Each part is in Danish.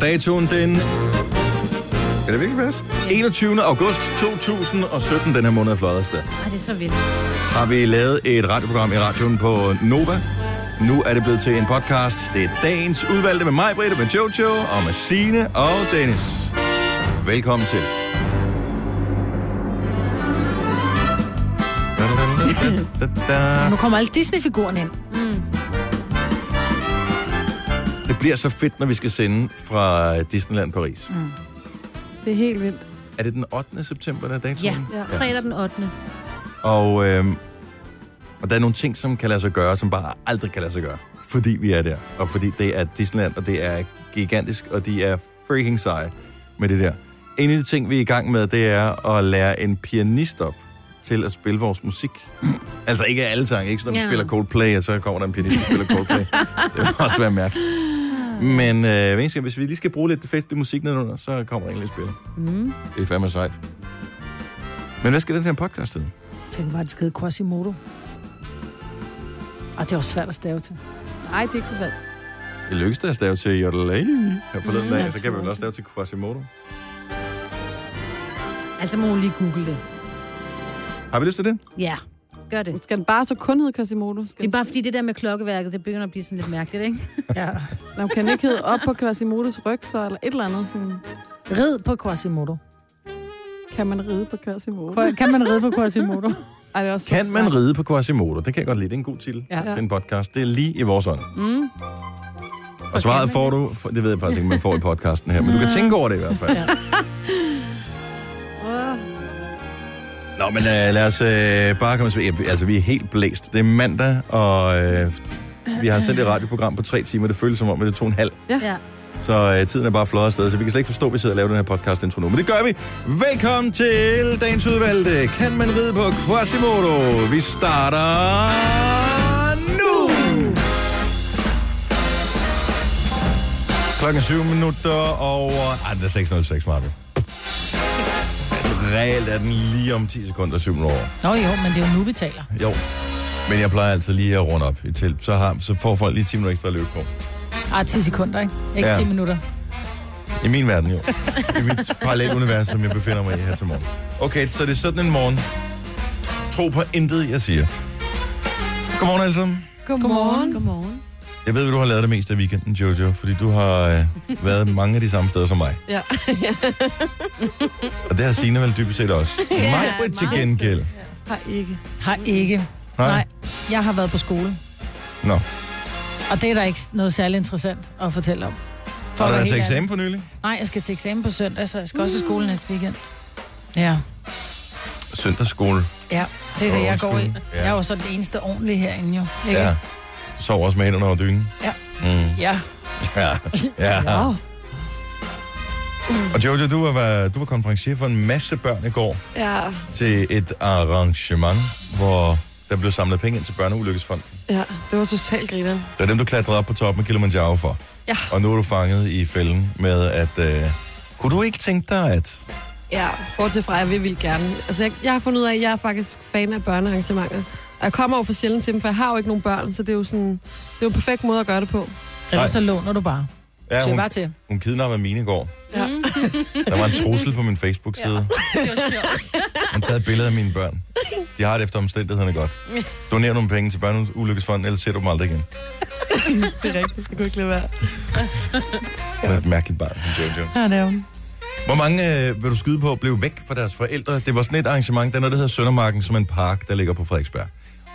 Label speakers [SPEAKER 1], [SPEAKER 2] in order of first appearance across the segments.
[SPEAKER 1] datoen den... Kan det virkelig passe? 21. august 2017, den her måned er fløjet afsted.
[SPEAKER 2] Ej, det er så vildt.
[SPEAKER 1] Har vi lavet et radioprogram i radioen på Nova. Nu er det blevet til en podcast. Det er dagens udvalgte med mig, Britta, med Jojo og med Signe og Dennis. Velkommen til.
[SPEAKER 2] Nu kommer alle Disney-figurerne ind.
[SPEAKER 1] Det bliver så fedt, når vi skal sende fra Disneyland Paris. Mm.
[SPEAKER 3] Det er helt vildt.
[SPEAKER 1] Er det den 8. september, der er datoen?
[SPEAKER 2] Ja,
[SPEAKER 3] Ja.
[SPEAKER 2] fredag den 8.
[SPEAKER 1] Og, øh, og der er nogle ting, som kan lade sig gøre, som bare aldrig kan lade sig gøre. Fordi vi er der, og fordi det er Disneyland, og det er gigantisk, og de er freaking seje med det der. En af de ting, vi er i gang med, det er at lære en pianist op til at spille vores musik. altså ikke alle sange, ikke sådan, at vi
[SPEAKER 2] Ja.
[SPEAKER 1] spiller Coldplay, og så kommer der en pianist, der spiller Coldplay. det vil også være mærkeligt. Men øh, hver eneste gang, hvis vi lige skal bruge lidt festlig musik nedenunder, så kommer der en lille spiller.
[SPEAKER 3] Mm.
[SPEAKER 1] Det er fandme sejt. Men hvad skal den her podcast hedde?
[SPEAKER 2] Tænk bare, det skede Quasimodo. Og det er også svært at stave til.
[SPEAKER 3] Nej, det er ikke så svært.
[SPEAKER 1] Det lykkedes da at stave til Yodelay her forleden
[SPEAKER 3] Mm,
[SPEAKER 1] dag, så
[SPEAKER 3] jeg
[SPEAKER 1] kan vi
[SPEAKER 3] tror
[SPEAKER 1] vel
[SPEAKER 3] det.
[SPEAKER 1] også stave til Quasimodo.
[SPEAKER 2] Altså må hun lige google det.
[SPEAKER 1] Har vi lyst til det?
[SPEAKER 2] Ja, gør det.
[SPEAKER 3] Skal den bare så kun hedde Quasimodo? Skal
[SPEAKER 2] Det er bare fordi det der med klokkeværket, det begynder at blive sådan lidt mærkeligt, ikke?
[SPEAKER 4] Ja.
[SPEAKER 3] den, Nå, kan den ikke hedde op på Quasimodos ryg, så eller et eller andet? Sådan,
[SPEAKER 4] Rid på Quasimodo.
[SPEAKER 3] kan man ride på Quasimodo?
[SPEAKER 4] Kan man ride på Quasimodo?
[SPEAKER 3] Ej, det er også så
[SPEAKER 1] Kan man
[SPEAKER 3] stærkt.
[SPEAKER 1] ride på Quasimodo? Det kan jeg godt lide. Det er en god titel
[SPEAKER 4] Ja.
[SPEAKER 1] ja. til en podcast. Det er lige i vores ånd.
[SPEAKER 3] Mm.
[SPEAKER 1] Og svaret får du, for- det ved jeg faktisk ikke, man får i podcasten her, men du kan tænke over det i hvert fald.
[SPEAKER 3] Åh,
[SPEAKER 1] Nå, men øh, lad os øh, bare komme til... ja, vi- Altså, vi er helt blæst. Det er mandag, og øh, vi har sendt et radioprogram på tre timer. Det føles som om, at det er to og en halv.
[SPEAKER 2] Ja.
[SPEAKER 1] Så øh, tiden er bare fløjet afsted, så vi kan slet ikke forstå, at vi sidder og laver den her podcast indtil nu. Men det gør vi. Velkommen til dagens udvalgte. Kan man ride på Quasimodo? Vi starter nu! Klokken er syv minutter over... Ej, det er 6.06, Marvin. Reelt er den lige om 10 sekunder, 7 over.
[SPEAKER 4] Nå jo, men det er jo nu, vi taler.
[SPEAKER 1] Jo. Men jeg plejer altid lige at runde op i til. Så, har, så får folk lige 10 minutter ekstra at løbe på.
[SPEAKER 4] Ah, 10 sekunder, ikke? Ikke
[SPEAKER 1] Ja.
[SPEAKER 4] 10 minutter.
[SPEAKER 1] I min verden jo. I mit parallelle univers, som jeg befinder mig i her til morgen. Okay, så det er sådan en morgen. Tro på intet, jeg siger. Godmorgen alle sammen.
[SPEAKER 3] Godmorgen.
[SPEAKER 2] Godmorgen.
[SPEAKER 1] Jeg ved, at du har lavet det meste af weekenden, Jojo, fordi du har øh, været mange af de samme steder som mig.
[SPEAKER 3] Ja.
[SPEAKER 1] Og det har Signe vel dybest set også.
[SPEAKER 2] Ja,
[SPEAKER 1] Ja, mig til
[SPEAKER 2] meget.
[SPEAKER 1] gengæld.
[SPEAKER 3] Har ikke.
[SPEAKER 4] Har ikke.
[SPEAKER 1] Nej.
[SPEAKER 4] Nej. Jeg har været på skole.
[SPEAKER 1] Nå,
[SPEAKER 4] Og det er der ikke noget særlig interessant at fortælle om.
[SPEAKER 1] har
[SPEAKER 4] For at
[SPEAKER 1] du
[SPEAKER 4] være
[SPEAKER 1] været til
[SPEAKER 4] helt ærlig.
[SPEAKER 1] eksamen for nylig?
[SPEAKER 4] Nej, jeg skal til eksamen på søndag, så jeg skal også i skole næste weekend. Ja,
[SPEAKER 1] Søndagsskole.
[SPEAKER 4] ja. Det er det, jeg går i.
[SPEAKER 1] Ungskole, ja.
[SPEAKER 4] Jeg er jo så den eneste ordentlige herinde jo. Ikke?
[SPEAKER 1] Ja. Sov også med hænderne over dynen.
[SPEAKER 4] Ja.
[SPEAKER 1] Mm.
[SPEAKER 4] ja.
[SPEAKER 1] Ja. ja.
[SPEAKER 3] Ja.
[SPEAKER 1] Og Jojo, du var, du var konferencier for en masse børn i går.
[SPEAKER 3] Ja.
[SPEAKER 1] til et arrangement, hvor der blev samlet penge ind til Børneulykkesfonden.
[SPEAKER 3] ja. det var totalt griner.
[SPEAKER 1] Det er dem, du klatrede op på toppen af Kilimanjaro for.
[SPEAKER 3] Ja.
[SPEAKER 1] Og nu er du fanget i fælden med, at... Øh, kunne du ikke tænke dig, at...
[SPEAKER 3] Ja, bortset fra, at vi vil gerne. Altså, jeg, jeg har fundet ud af, at jeg er faktisk fan af børnearrangementer. Og jeg kommer jo for sjældent til dem, for jeg har jo ikke nogen børn, så det er jo sådan... Det er jo en perfekt måde at gøre det på.
[SPEAKER 4] Ellers så låner du bare. Ja,
[SPEAKER 1] Ja,
[SPEAKER 4] hun...
[SPEAKER 1] hun,
[SPEAKER 4] bare til.
[SPEAKER 1] hun kidnappede mine i går.
[SPEAKER 3] Ja.
[SPEAKER 1] Der var en trussel på min Facebook-side.
[SPEAKER 2] Det var sjovt.
[SPEAKER 1] Hun taget billeder af mine børn. De har det efter omstændighederne godt. Doner nogle penge til Børneulykkesfonden, ellers ser du dem aldrig igen.
[SPEAKER 3] Det er rigtigt. Det kunne ikke lade være.
[SPEAKER 1] Hun er et mærkeligt barn, hun Jojo.
[SPEAKER 4] Ja, det er hun.
[SPEAKER 1] Hvor mange øh, vil du skyde på blev væk fra deres forældre? Det var sådan et arrangement, der er noget, der hedder Søndermarken, som er en park, der ligger på Frederiksberg.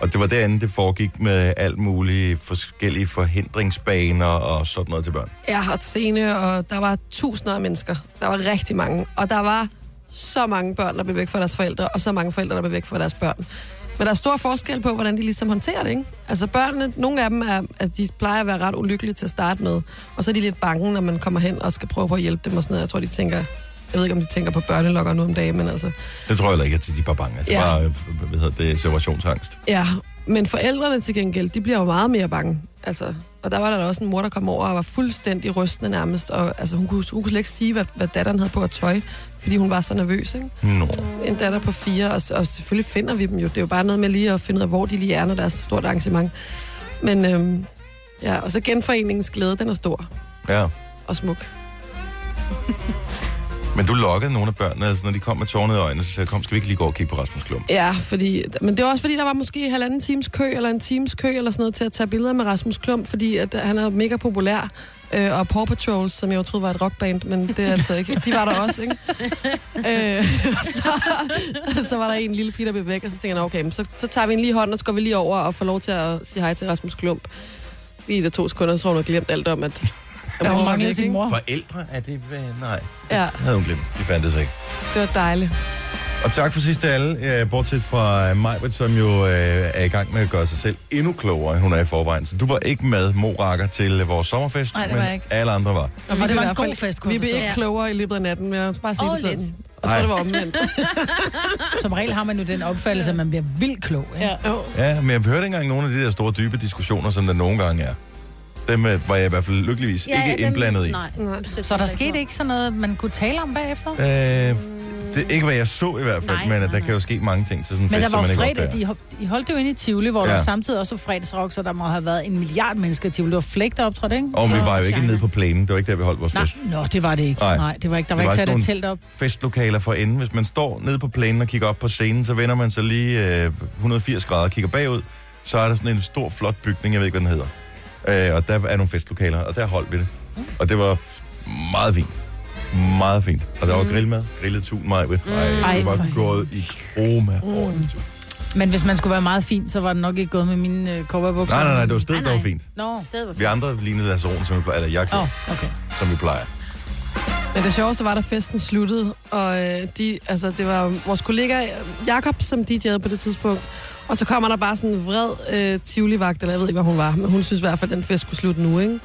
[SPEAKER 1] Og det var derinde, det foregik med alt muligt forskellige forhindringsbaner og sådan noget til børn.
[SPEAKER 3] Jeg har scene, og der var tusinder af mennesker. Der var rigtig mange. Og der var så mange børn, der blev væk fra deres forældre, og så mange forældre, der blev væk fra deres børn. Men der er stor forskel på, hvordan de ligesom håndterer det, ikke? Altså børnene, nogle af dem er, at de plejer at være ret ulykkelige til at starte med. Og så er de lidt bange, når man kommer hen og skal prøve på at hjælpe dem og sådan noget. Jeg tror, de tænker... Jeg ved ikke, om de tænker på børnelokker nu om dagen, men altså...
[SPEAKER 1] Det tror jeg heller ikke, at de er bare bange. Altså ja.
[SPEAKER 3] Ja.
[SPEAKER 1] bare, øh, hvad hedder det, separationsangst.
[SPEAKER 3] Ja, men forældrene til gengæld, de bliver jo meget mere bange. Altså, og der var der da også en mor, der kom over og var fuldstændig rystende nærmest. Og, altså, hun, kunne, hun kunne slet ikke sige, hvad, hvad datteren havde på at tøj, fordi hun var så nervøs. Ikke?
[SPEAKER 1] Nå.
[SPEAKER 3] En datter på fire, og, s- og selvfølgelig finder vi dem jo. Det er jo bare noget med lige at finde ud af, hvor de lige er, når der er så stort arrangement. Men øhm, ja, og så genforeningens glæde, den er stor
[SPEAKER 1] Ja.
[SPEAKER 3] og smuk.
[SPEAKER 1] Men du lokkede nogle af børnene, altså når de kom med tårnet i øjnene, så sagde jeg, kom, skal vi ikke lige gå og kigge på Rasmus Klump?
[SPEAKER 3] Ja, fordi, men det var også fordi, der var måske halvanden times kø, eller en times kø, eller sådan noget, til at tage billeder med Rasmus Klump, fordi at, han er jo mega populær. Øh, og Paw Patrols, som jeg jo troede var et rockband, men det er altså ikke. De var der også, ikke? Øh, og så, og så var der en lille pige, der blev væk, og så tænkte jeg, "Nå, okay, men så, så tager vi en lige hånd, og så går vi lige over og får lov til at sige hej til Rasmus Klump. Lige der to sekunder, så har hun har glemt alt om, at... at
[SPEAKER 4] Ja, hun
[SPEAKER 3] var
[SPEAKER 4] manglede
[SPEAKER 3] væk,
[SPEAKER 4] sin
[SPEAKER 3] ikke?
[SPEAKER 4] mor.
[SPEAKER 1] Forældre? Er det... hvad? Nej,
[SPEAKER 3] Ja,
[SPEAKER 1] det havde hun glemt. De fandtes ikke.
[SPEAKER 3] det var dejligt.
[SPEAKER 1] Og tak for sidst til alle, øh, bortset fra Majbert, som jo øh, er i gang med at gøre sig selv endnu klogere, end hun er i forvejen. Så du var ikke med, Morakker, til øh, vores sommerfest,
[SPEAKER 4] Nej, det var
[SPEAKER 1] men
[SPEAKER 4] jeg ikke.
[SPEAKER 1] alle andre var.
[SPEAKER 3] Og,
[SPEAKER 4] det
[SPEAKER 3] blev
[SPEAKER 4] var en
[SPEAKER 3] i hvert fald-
[SPEAKER 4] god fest, kunne
[SPEAKER 3] Vi
[SPEAKER 4] jeg
[SPEAKER 3] blev
[SPEAKER 4] forstå.
[SPEAKER 3] ikke
[SPEAKER 4] Ja.
[SPEAKER 3] klogere i løbet af natten, men jeg vil bare sige
[SPEAKER 4] Og
[SPEAKER 3] det sådan.
[SPEAKER 4] lidt.
[SPEAKER 3] Jeg tror,
[SPEAKER 1] Ej.
[SPEAKER 3] det var omvendt.
[SPEAKER 4] Som regel har man jo den opfattelse, at man bliver vildt klog. Ikke? Ja.
[SPEAKER 3] Jo.
[SPEAKER 1] Ja, men jeg hørte ikke engang nogle af de der store, dybe diskussioner, som der nogle gange er. Dem øh, var jeg i hvert fald lykkeligvis ja, ikke indblandet i.
[SPEAKER 5] Nej.
[SPEAKER 3] Nej.
[SPEAKER 4] Så der skete ikke sådan noget, man kunne tale om bagefter?
[SPEAKER 1] Øh, det er ikke, hvad jeg så i hvert fald,
[SPEAKER 5] Nej,
[SPEAKER 1] men at
[SPEAKER 5] nej,
[SPEAKER 1] der
[SPEAKER 5] nej.
[SPEAKER 1] kan jo ske mange ting til sådan en
[SPEAKER 4] Men der
[SPEAKER 1] fest, som
[SPEAKER 4] var
[SPEAKER 1] man
[SPEAKER 4] jo
[SPEAKER 1] ikke
[SPEAKER 4] fredag,
[SPEAKER 1] opdager.
[SPEAKER 4] de, hop- de holdt det jo inde i Tivoli, hvor ja.
[SPEAKER 1] Ja.
[SPEAKER 4] der samtidig også var fredagsrock, så der må have været en milliard mennesker i Tivoli. Det var flægt optrådt, ikke?
[SPEAKER 1] Og vi var jo
[SPEAKER 5] Nå,
[SPEAKER 1] ikke
[SPEAKER 5] China.
[SPEAKER 1] nede på plænen, det var ikke der, vi holdt vores
[SPEAKER 4] Nej,
[SPEAKER 1] fest.
[SPEAKER 4] nå, det var det ikke.
[SPEAKER 1] Nej.
[SPEAKER 4] Nej, Nej det var ikke. Der var,
[SPEAKER 1] Det var
[SPEAKER 4] ikke sat
[SPEAKER 1] sådan
[SPEAKER 4] et telt op.
[SPEAKER 1] Festlokaler for enden. Hvis man står nede på plænen og kigger op på scenen, så vender man sig lige øh, 180 grader og kigger bagud. Så er der sådan en stor, flot bygning, jeg ved ikke, hvad den hedder. Øh, og der er nogle festlokaler, og der holdt vi det. Og det var meget fint. Meget fint. Og der var grillmad, grillet tun, mig ved. Ej, det
[SPEAKER 4] Ej, for Mm.
[SPEAKER 1] var gået i kroma.
[SPEAKER 4] Men hvis man skulle være meget fin, så var det nok ikke gået med mine øh, cowboybukser.
[SPEAKER 1] Nej, nej, nej, det var
[SPEAKER 5] Nej,
[SPEAKER 1] stedet, der var
[SPEAKER 5] nej.
[SPEAKER 1] fint.
[SPEAKER 4] Nå,
[SPEAKER 5] Stedet var
[SPEAKER 1] Vi andre lignede Lasse Rohn, som vi plejer, eller jeg,
[SPEAKER 4] Åh,
[SPEAKER 1] gjorde,
[SPEAKER 4] oh, okay.
[SPEAKER 1] som vi plejer.
[SPEAKER 3] Men det sjoveste var, da festen sluttede, og øh, de, altså, det var vores kollega øh, Jakob, som DJ'ede på det tidspunkt. Og så kommer der bare sådan en vred øh, tivoli-vagt, eller jeg ved ikke, hvad hun var, men hun synes i hvert fald, at den fest skulle slutte nu, ikke?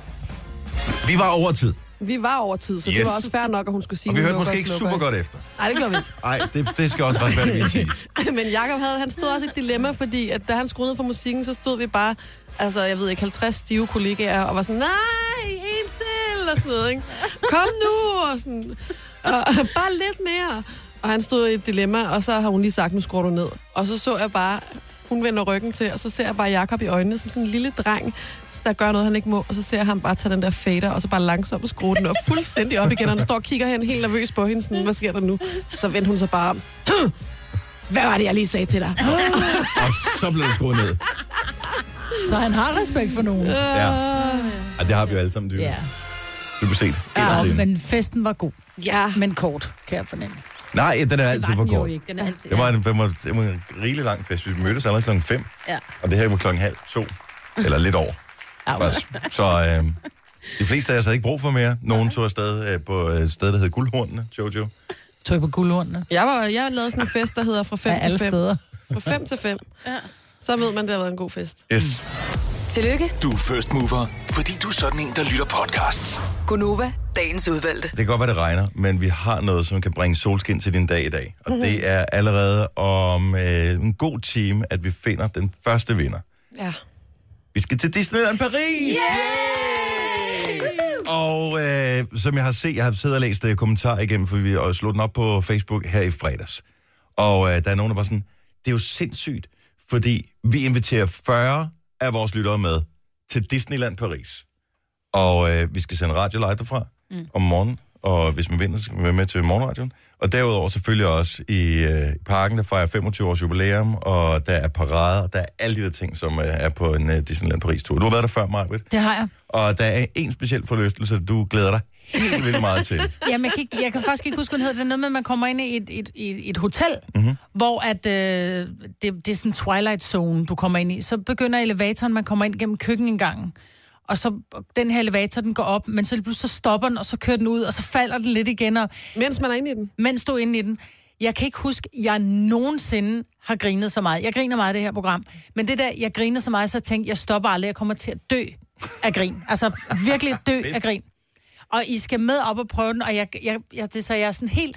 [SPEAKER 1] Vi var over tid,
[SPEAKER 3] Vi var over tid, så yes.
[SPEAKER 1] Yes.
[SPEAKER 3] det var også fair nok, at hun skulle sige,
[SPEAKER 1] og vi
[SPEAKER 3] "Nu
[SPEAKER 1] hørte måske
[SPEAKER 3] lukker og
[SPEAKER 1] ikke
[SPEAKER 3] slukker."
[SPEAKER 1] super godt efter.
[SPEAKER 3] Nej, det gjorde vi ikke.
[SPEAKER 1] Nej, det, det skal også ret være, siges.
[SPEAKER 3] Men Jakob havde, han stod også i et dilemma, fordi at da han skruede ned for musikken, så stod vi bare, altså jeg ved ikke, 50 stive kollegaer, og var sådan, nej, en til, og sådan noget, ikke? Kom nu, og sådan, og, og bare lidt mere. Og han stod i et dilemma, og så har hun lige sagt, nu skruer du ned. Og så så jeg bare, hun vender ryggen til, og så ser jeg bare Jakob i øjnene som sådan en lille dreng, der gør noget, han ikke må. Og så ser jeg ham bare tage den der fader, og så bare langsomt skrue den op, fuldstændig op igen. Og han står og kigger hen helt nervøs på hende, sådan, hvad sker der nu? Så vendte hun sig bare om. Hvad var det, jeg lige sagde til dig?
[SPEAKER 1] Og så blev det skruet ned.
[SPEAKER 4] Så han har respekt for nogen. Ja,
[SPEAKER 1] Ja. ja det har vi jo alle sammen dyrt. Yeah. Du kan se det. Ja,
[SPEAKER 4] ja men festen var god,
[SPEAKER 5] Ja.
[SPEAKER 4] men kort, kan jeg fornemme.
[SPEAKER 1] Nej, den er altid
[SPEAKER 5] var
[SPEAKER 1] for
[SPEAKER 5] den jo
[SPEAKER 1] kort.
[SPEAKER 5] ikke. Den er altid.
[SPEAKER 1] Det var en, det var, det var en rigelig lang fest. Vi mødtes allerede klokken 5,
[SPEAKER 5] Ja.
[SPEAKER 1] og det her var klokken halv to. Eller lidt over. Faktisk. Så øh, de fleste af os havde ikke brug for mere. Nogen tog afsted øh, på et sted, der hed Guldhornene, Jojo.
[SPEAKER 4] Tog I på guldhundene?
[SPEAKER 3] Jeg, var, jeg lavede sådan en fest, der hedder fra 5
[SPEAKER 4] Af alle
[SPEAKER 3] til 5.
[SPEAKER 4] steder.
[SPEAKER 3] Fra 5 til 5. Ja. Så ved man, det har været en god fest.
[SPEAKER 1] Yes.
[SPEAKER 6] Tillykke,
[SPEAKER 7] Du er first mover, fordi du er sådan en, der lytter podcasts.
[SPEAKER 6] Gunova, dagens udvalgte.
[SPEAKER 1] Det kan godt være, det regner, men vi har noget, som kan bringe solskin til din dag i dag.
[SPEAKER 5] Mhm.
[SPEAKER 1] Og det er allerede om øh, en god time, at vi finder den første vinder.
[SPEAKER 3] Ja.
[SPEAKER 1] Vi skal til Disneyland Paris! Yay! Og øh, som jeg har set, jeg har siddet og læst øh, kommentarer igennem, for vi har slået den op på Facebook her i fredags. Og øh, der er nogen, der var sådan, det er jo sindssygt, fordi vi inviterer 40 af vores lyttere med til Disneyland Paris. Og øh, vi skal sende radio live derfra mm. om morgenen, og hvis man vinder, så skal man være med til morgenradioen. Og derudover selvfølgelig også i øh, parken, der fejrer 25 års jubilæum, og der er parader, og der er alle de der ting, som øh, er på en øh, Disneyland Paris-tur. Du har været der før, Marvitt,
[SPEAKER 4] Det har jeg.
[SPEAKER 1] og der er en speciel forlystelse, du glæder dig helt vildt meget til.
[SPEAKER 4] Jamen, jeg kan, ikke, jeg kan faktisk ikke huske, hvad den hedder. Det er noget med, at man kommer ind i et, et, et, et hotel, mm-hmm. hvor at, øh, det, det er sådan en Twilight Zone, du kommer ind i. Så begynder elevatoren, man kommer ind gennem køkkenindgangen. Og så den her elevator, den går op, men så lige pludselig så stopper den, og så kører den ud, og så falder den lidt igen, og
[SPEAKER 3] Mens man er inde i den.
[SPEAKER 4] mens du er inde i den. Jeg kan ikke huske, at jeg nogensinde har grinet så meget. Jeg griner meget i det her program. Men det der, jeg griner så meget, så jeg tænkte, jeg stopper aldrig. Jeg kommer til at dø af grin. Altså virkelig dø af grin. Og I skal med op og prøve den, og jeg, jeg, jeg, det, er så jeg er sådan helt...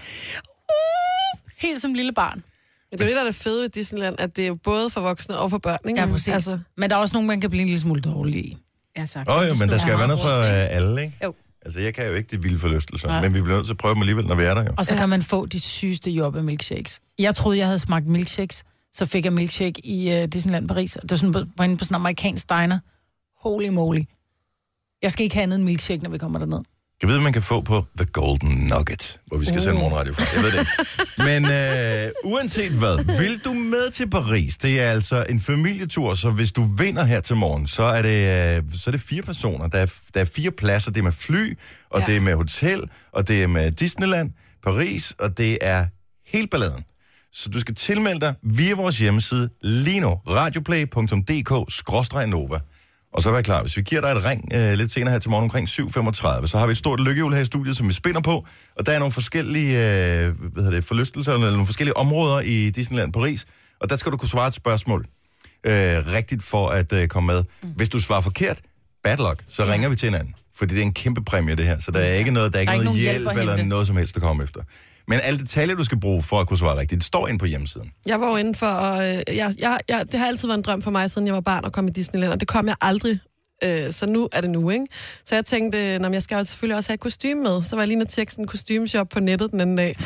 [SPEAKER 4] Uh, helt som lille barn.
[SPEAKER 3] Men det er jo det, der er det fede ved Disneyland, at det er jo både for voksne og for børn, ikke?
[SPEAKER 4] Altså. Men der er også nogen, man kan blive en lille smule dårlig i.
[SPEAKER 5] Ja, tak.
[SPEAKER 1] Åh oh, jo, men der skal jo være noget for øh, alle, ikke?
[SPEAKER 5] Jo.
[SPEAKER 1] Altså, jeg kan jo ikke de vilde forlystelser, ja. men vi bliver nødt til at prøve dem alligevel, når vi er der jo.
[SPEAKER 4] Og så kan man få de sygeste jobbe milkshakes. Jeg troede, jeg havde smagt milkshakes. Så fik jeg milkshake i uh, Disneyland Paris. Og det var sådan på, på, inde på sådan en amerikansk diner. Holy moly. Jeg skal ikke have andet end milkshake, når vi kommer derned.
[SPEAKER 1] Jeg ved, man kan få på The Golden Nugget, hvor vi skal sende morgenradio fra. Jeg ved det ikke. Men øh, uanset hvad, vil du med til Paris? Det er altså en familietur, så hvis du vinder her til morgen, så er det, øh, så er det fire personer. Der er, der er fire pladser. Det er med fly, og ja. det er med hotel, og det er med Disneyland, Paris, og det er hele balladen. Så du skal tilmelde dig via vores hjemmeside lige nu, radioplay.dk-nova. Og så vær klar, hvis vi giver dig et ring øh, lidt senere her til morgen omkring 7.35, så har vi et stort lykkehjul her i studiet, som vi spinder på. Og der er nogle forskellige øh, hvad hedder det, forlystelser, eller nogle forskellige områder i Disneyland Paris. Og der skal du kunne svare et spørgsmål øh, rigtigt for at øh, komme med.
[SPEAKER 4] Mm.
[SPEAKER 1] Hvis du svarer forkert, bad luck, så ringer vi til hinanden. Fordi det er en kæmpe præmie, det her. Så der er ikke noget, der er ikke
[SPEAKER 4] ikke
[SPEAKER 1] noget
[SPEAKER 4] nogen hjælp
[SPEAKER 1] hjælp,
[SPEAKER 4] at
[SPEAKER 1] hjælp eller
[SPEAKER 4] hente.
[SPEAKER 1] noget som helst, der kommer efter. Men alle detaljer, du skal bruge for at kunne svare rigtigt, står inde på hjemmesiden.
[SPEAKER 3] Jeg var jo inden for, og øh, jeg, jeg, jeg, det har altid været en drøm for mig, siden jeg var barn og kom i Disneyland, og det kom jeg aldrig. Øh, så nu er det nu, ikke? Så jeg tænkte, når jeg skal jo selvfølgelig også have et kostume med. Så var jeg lige inde og tjekke sådan en kostymeshop på nettet den anden dag.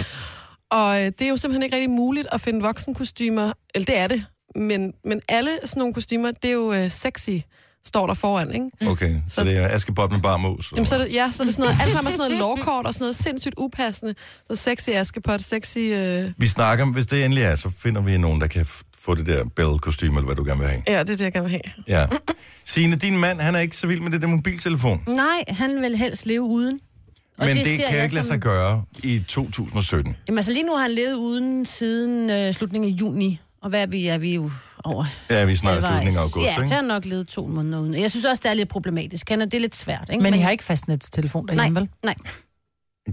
[SPEAKER 3] Og øh, det er jo simpelthen ikke rigtig muligt at finde voksenkostymer. Eller det er det. Men, men alle sådan nogle kostymer, det er jo øh, sexy, står der foran, ikke?
[SPEAKER 4] Mm.
[SPEAKER 1] Okay, så, så
[SPEAKER 3] Så-
[SPEAKER 1] det er Askepot med bare mus. og
[SPEAKER 3] Jamen, så
[SPEAKER 1] sådan
[SPEAKER 3] er det, ja, så er det sådan noget, alt sammen er sådan noget lovkort og sådan noget sindssygt upassende. Så sexy Askepot, sexy... Øh,
[SPEAKER 1] Vi snakker om, hvis det endelig er, så finder vi nogen, der kan f- få det der bell-kostyme, eller hvad du gerne vil have.
[SPEAKER 3] ja, det er det, jeg gerne vil have.
[SPEAKER 4] Mm.
[SPEAKER 1] Ja. Signe, din mand, han er ikke så vild med det der mobiltelefon.
[SPEAKER 2] Nej, han vil helst leve uden. Og
[SPEAKER 1] Men det,
[SPEAKER 2] det
[SPEAKER 1] det
[SPEAKER 2] ser
[SPEAKER 1] kan jo
[SPEAKER 2] jeg
[SPEAKER 1] ikke lade sig
[SPEAKER 2] som-
[SPEAKER 1] gøre i 2017.
[SPEAKER 2] Jamen altså lige nu har han levet uden siden øh, slutningen af juni. Og hvad er vi? Er vi jo over
[SPEAKER 1] Ja, vi snakker
[SPEAKER 2] halvvejs.
[SPEAKER 1] slutningen af august,
[SPEAKER 2] Ja, så har
[SPEAKER 1] ikke?
[SPEAKER 2] han nok levet to måneder uden. Jeg synes også, det er lidt problematisk. Han er det er lidt svært, ikke?
[SPEAKER 4] Men I har ikke fastnetstelefon derhjemme,
[SPEAKER 2] Nej,
[SPEAKER 4] vel?
[SPEAKER 2] nej.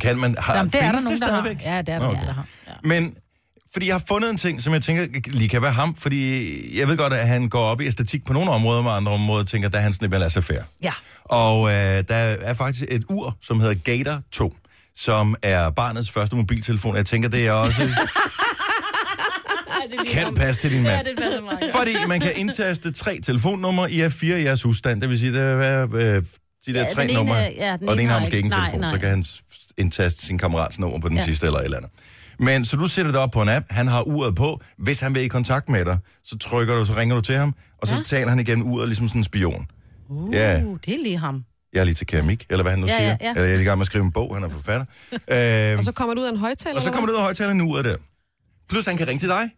[SPEAKER 1] Kan man, har,
[SPEAKER 4] Jamen, det er der
[SPEAKER 1] findes
[SPEAKER 4] nogen, der har.
[SPEAKER 1] stadigvæk?
[SPEAKER 2] Ja, det er der,
[SPEAKER 1] Nå,
[SPEAKER 2] okay. der har. Ja.
[SPEAKER 1] Men, fordi jeg har fundet en ting, som jeg tænker lige kan være ham, fordi jeg ved godt, at han går op i æstetik på nogle områder, og andre områder tænker, der er han sådan lidt mere færre.
[SPEAKER 2] ja.
[SPEAKER 1] Og øh, der er faktisk et ur, som hedder Gator 2, som er barnets første mobiltelefon. Jeg tænker, det er også... kan passe til din mand.
[SPEAKER 2] det passer meget
[SPEAKER 1] Fordi man kan indtaste tre telefonnumre i A4 i jeres husstand. Det vil sige, der vil være øh, de der
[SPEAKER 2] Ja,
[SPEAKER 1] ja, tre
[SPEAKER 2] den ene- øh,
[SPEAKER 1] numre.
[SPEAKER 2] ja, den
[SPEAKER 1] og den
[SPEAKER 2] ene
[SPEAKER 1] ene har
[SPEAKER 2] har
[SPEAKER 1] måske
[SPEAKER 2] ikke-
[SPEAKER 1] ingen
[SPEAKER 2] nej,
[SPEAKER 1] telefon,
[SPEAKER 2] nej.
[SPEAKER 1] så kan han s- indtaste sin kammerats nummer på den ja.
[SPEAKER 2] Ja.
[SPEAKER 1] sidste eller et eller andet. Men så du sætter det op på en app, han har uret på. Hvis han vil i kontakt med dig, så trykker du, så ringer du til ham, og så ja. taler han igennem uret ligesom sådan en spion.
[SPEAKER 2] Uh,
[SPEAKER 1] Ja.
[SPEAKER 2] det er lige ham.
[SPEAKER 1] Jeg er lige til keramik, eller hvad han nu
[SPEAKER 2] Ja, ja,
[SPEAKER 1] siger.
[SPEAKER 2] ja.
[SPEAKER 1] Eller jeg er i gang med at skrive en bog, han er forfatter. øhm,
[SPEAKER 3] Og så kommer du ud af en højtaler.
[SPEAKER 1] og så
[SPEAKER 3] eller
[SPEAKER 1] kommer
[SPEAKER 3] hvad?
[SPEAKER 1] du ud af højtaleren uret der. Plus han kan ringe til dig.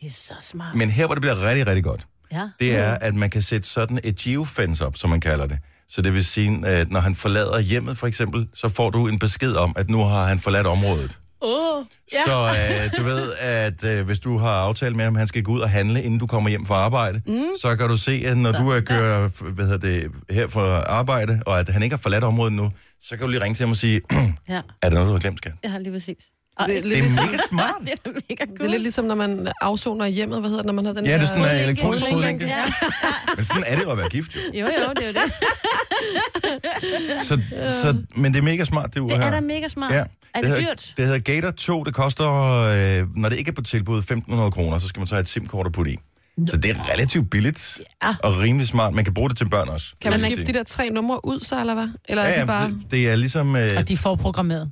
[SPEAKER 2] Det er så smart.
[SPEAKER 1] Men her, hvor det bliver rigtig, rigtig godt,
[SPEAKER 2] Ja.
[SPEAKER 1] det er, at man kan sætte sådan et geofence op, som man kalder det. Så det vil sige, at når han forlader hjemmet for eksempel, så får du en besked om, at nu har han forladt området.
[SPEAKER 2] Åh,
[SPEAKER 1] Ja. Så øh, du ved, at øh, hvis du har aftalt med ham, at han skal gå ud og handle, inden du kommer hjem fra arbejde, mm. så kan du se, at når så, du øh, kører f- hvad hedder det, her fra arbejde, og at han ikke har forladt området nu, så kan du lige ringe til ham og sige,
[SPEAKER 2] ja.
[SPEAKER 1] er der noget, du har glemt, skat?
[SPEAKER 2] Ja, lige præcis. Og
[SPEAKER 3] Det er
[SPEAKER 1] Det
[SPEAKER 3] lidt,
[SPEAKER 1] er mega smart.
[SPEAKER 2] det er da mega cool.
[SPEAKER 3] det er lidt ligesom, når man afsoner i hjemmet. Hvad hedder det, når man har den
[SPEAKER 1] Ja, det er
[SPEAKER 3] her-
[SPEAKER 1] sådan en elektronisk fodlænke.
[SPEAKER 3] Fodlænke.
[SPEAKER 2] Ja.
[SPEAKER 1] Men sådan er det jo at være gift, jo.
[SPEAKER 2] Jo, jo, det er jo det.
[SPEAKER 1] Så, så, men det er mega smart, det ur
[SPEAKER 2] Det
[SPEAKER 1] her.
[SPEAKER 2] er da mega
[SPEAKER 8] Ah,
[SPEAKER 2] smart.
[SPEAKER 1] Ja.
[SPEAKER 2] Er det
[SPEAKER 1] hedder,
[SPEAKER 2] dyrt?
[SPEAKER 1] Det hedder Gator 2. Det koster, øh, når det ikke er på tilbud, 1.500 kroner. Så skal man så have et SIM-kort og putte i. Så det er relativt billigt ja. og rimelig smart. Man kan bruge det til børn også.
[SPEAKER 3] Kan
[SPEAKER 1] vil
[SPEAKER 3] man
[SPEAKER 1] jeg
[SPEAKER 3] skifte de
[SPEAKER 1] sige.
[SPEAKER 3] der tre numre ud så, eller hvad? Eller er
[SPEAKER 1] Ja,
[SPEAKER 3] det bare...
[SPEAKER 1] ja, det- det er ligesom, øh,
[SPEAKER 4] Og de får programmeret.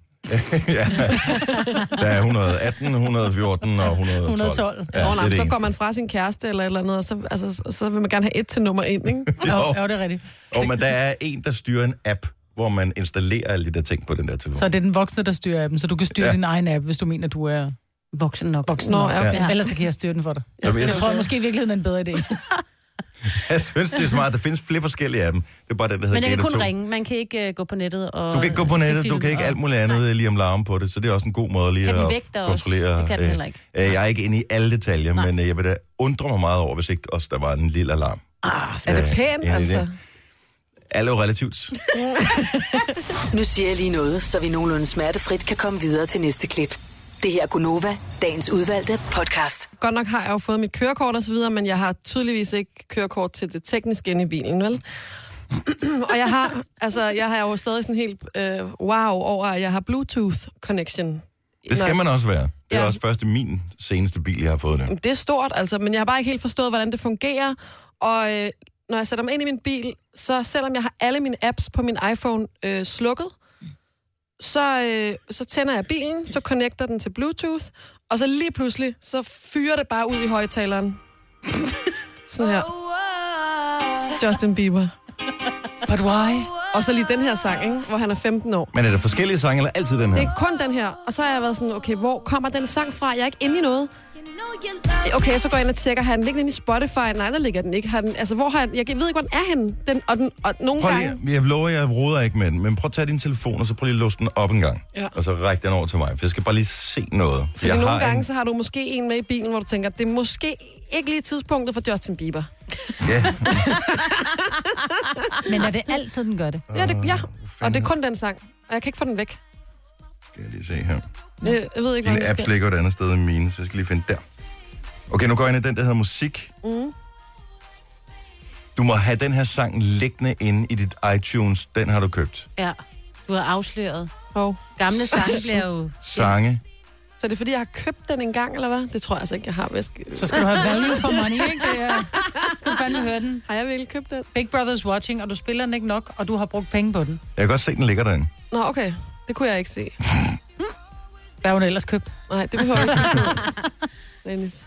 [SPEAKER 1] der er 118, 114 og 112.
[SPEAKER 4] 112.
[SPEAKER 1] Ja,
[SPEAKER 3] Nå,
[SPEAKER 1] det er
[SPEAKER 3] nej,
[SPEAKER 1] det
[SPEAKER 3] så
[SPEAKER 1] eneste.
[SPEAKER 3] går man fra sin kæreste eller et eller andet, og så, altså, og så vil man gerne have et til nummer ind, ikke?
[SPEAKER 4] Jo,
[SPEAKER 1] Jo.
[SPEAKER 4] jo, det er rigtigt.
[SPEAKER 1] Og men der er en, der styrer en app, hvor man installerer alle de der ting på den der telefon.
[SPEAKER 4] Så det er den voksne, der styrer appen, så du kan styre
[SPEAKER 1] Ja.
[SPEAKER 4] ja. din egen app, hvis du mener, du er
[SPEAKER 2] Voksen nok.
[SPEAKER 4] voksen.
[SPEAKER 3] Nå,
[SPEAKER 4] nok.
[SPEAKER 3] ja, okay.
[SPEAKER 2] Ja.
[SPEAKER 4] Ellers så kan jeg styre den for dig.
[SPEAKER 1] Så vil jeg-
[SPEAKER 4] Jeg tror måske i virkeligheden er en bedre idé.
[SPEAKER 1] Jeg synes, det er smart. Der findes flere forskellige af dem. Det er bare den, der hedder
[SPEAKER 2] Men jeg kan
[SPEAKER 1] Gator
[SPEAKER 2] kun
[SPEAKER 1] 2.
[SPEAKER 2] ringe. Man kan ikke uh, gå på nettet og
[SPEAKER 1] Du kan ikke gå på
[SPEAKER 2] se
[SPEAKER 1] nettet,
[SPEAKER 2] film
[SPEAKER 1] du kan ikke
[SPEAKER 2] og-
[SPEAKER 1] alt muligt andet Nej. lige om larmen på det, så det er også en god måde lige
[SPEAKER 2] Kan den
[SPEAKER 1] at
[SPEAKER 2] vægte os?
[SPEAKER 1] kontrollere.
[SPEAKER 2] Det kan den
[SPEAKER 1] øh,
[SPEAKER 2] heller ikke.
[SPEAKER 1] øh, Jeg er ikke inde i alle detaljer,
[SPEAKER 2] Nej.
[SPEAKER 1] men øh, jeg vil da undre mig meget over, hvis ikke også der var en lille alarm.
[SPEAKER 3] Er det pænt,
[SPEAKER 1] Ja, det er
[SPEAKER 3] altså?
[SPEAKER 1] det. Alle er jo relativt.
[SPEAKER 6] Nu siger jeg lige noget, så vi nogenlunde smertefrit kan komme videre til næste klip. Det her er Gunova, dagens udvalgte podcast.
[SPEAKER 3] Godt nok har jeg jo fået mit kørekort og så videre, men jeg har tydeligvis ikke kørekort til det tekniske inde i bilen, vel? og jeg har, altså, jeg har jo stadig sådan helt øh, wow over, at jeg har Bluetooth-connection.
[SPEAKER 1] Det skal man også være. Det er
[SPEAKER 3] Ja.
[SPEAKER 1] også første min seneste bil, jeg har fået nu.
[SPEAKER 3] Jamen, Det er stort, altså, men jeg har bare ikke helt forstået, hvordan det fungerer. Og øh, når jeg sætter mig ind i min bil, så selvom jeg har alle mine apps på min iPhone øh, slukket, så, øh, så tænder jeg bilen, så connecter den til Bluetooth, og så lige pludselig, så fyrer det bare ud i højtaleren. Sådan her. Justin Bieber.
[SPEAKER 4] But why?
[SPEAKER 3] Og så lige den her sang, ikke? hvor han er 15 år.
[SPEAKER 1] Men er der forskellige sange, eller altid den
[SPEAKER 3] Det
[SPEAKER 1] her?
[SPEAKER 3] er kun den her. Og så har jeg været sådan, okay, hvor kommer den sang fra? Jeg er ikke inde i noget. Okay, så går jeg ind og tjekker, har den ligget inde i Spotify? Nej, der ligger den ikke. Har den, altså, hvor har den, jeg ved ikke, hvor den er henne. Den, og, den, og nogle
[SPEAKER 1] Prøv
[SPEAKER 3] gange...
[SPEAKER 1] lige, jeg lover, jeg roder ikke med den, men prøv at tage din telefon, og så prøv lige at låse den op en gang.
[SPEAKER 3] Ja.
[SPEAKER 1] Og så ræk den over til mig, for jeg skal bare lige se noget. For
[SPEAKER 3] Fordi
[SPEAKER 1] jeg
[SPEAKER 3] nogle
[SPEAKER 1] har
[SPEAKER 3] gange,
[SPEAKER 1] en...
[SPEAKER 3] så har du måske en med i bilen, hvor du tænker, det er måske ikke lige tidspunktet for Justin Bieber.
[SPEAKER 1] Ja,
[SPEAKER 4] Men er det altid, den gør det?
[SPEAKER 3] Ja, det,
[SPEAKER 1] Øh,
[SPEAKER 3] ja. og det er kun den sang. Og jeg kan ikke få den væk.
[SPEAKER 1] skal jeg lige se her.
[SPEAKER 3] Jeg, jeg ved ikke, hvordan
[SPEAKER 1] Din
[SPEAKER 3] det
[SPEAKER 1] app
[SPEAKER 3] sker.
[SPEAKER 1] ligger et andet sted end mine, så jeg skal lige finde der. Okay, nu går jeg ind i den, der hedder musik. Mm. Du må have den her sang liggende inde i dit iTunes. Den har du købt.
[SPEAKER 2] Ja, du har afsløret.
[SPEAKER 3] Hov.
[SPEAKER 2] Gamle sange bliver jo...
[SPEAKER 1] Sange.
[SPEAKER 3] Så er det fordi, jeg har købt den engang, eller hvad? Det tror jeg altså ikke, jeg har. Jeg skal...
[SPEAKER 4] Så skal du have value for money, ikke? Det er, skal du fandme høre den.
[SPEAKER 3] Har jeg virkelig købt den?
[SPEAKER 4] Big Brother's watching, og du spiller den ikke nok, og du har brugt penge på den.
[SPEAKER 1] Jeg kan godt se, den ligger derinde.
[SPEAKER 3] Nå, okay. Det kunne jeg ikke se.
[SPEAKER 4] Hvad har hun ellers købt?
[SPEAKER 3] Nej, det behøver jeg ikke. Dennis.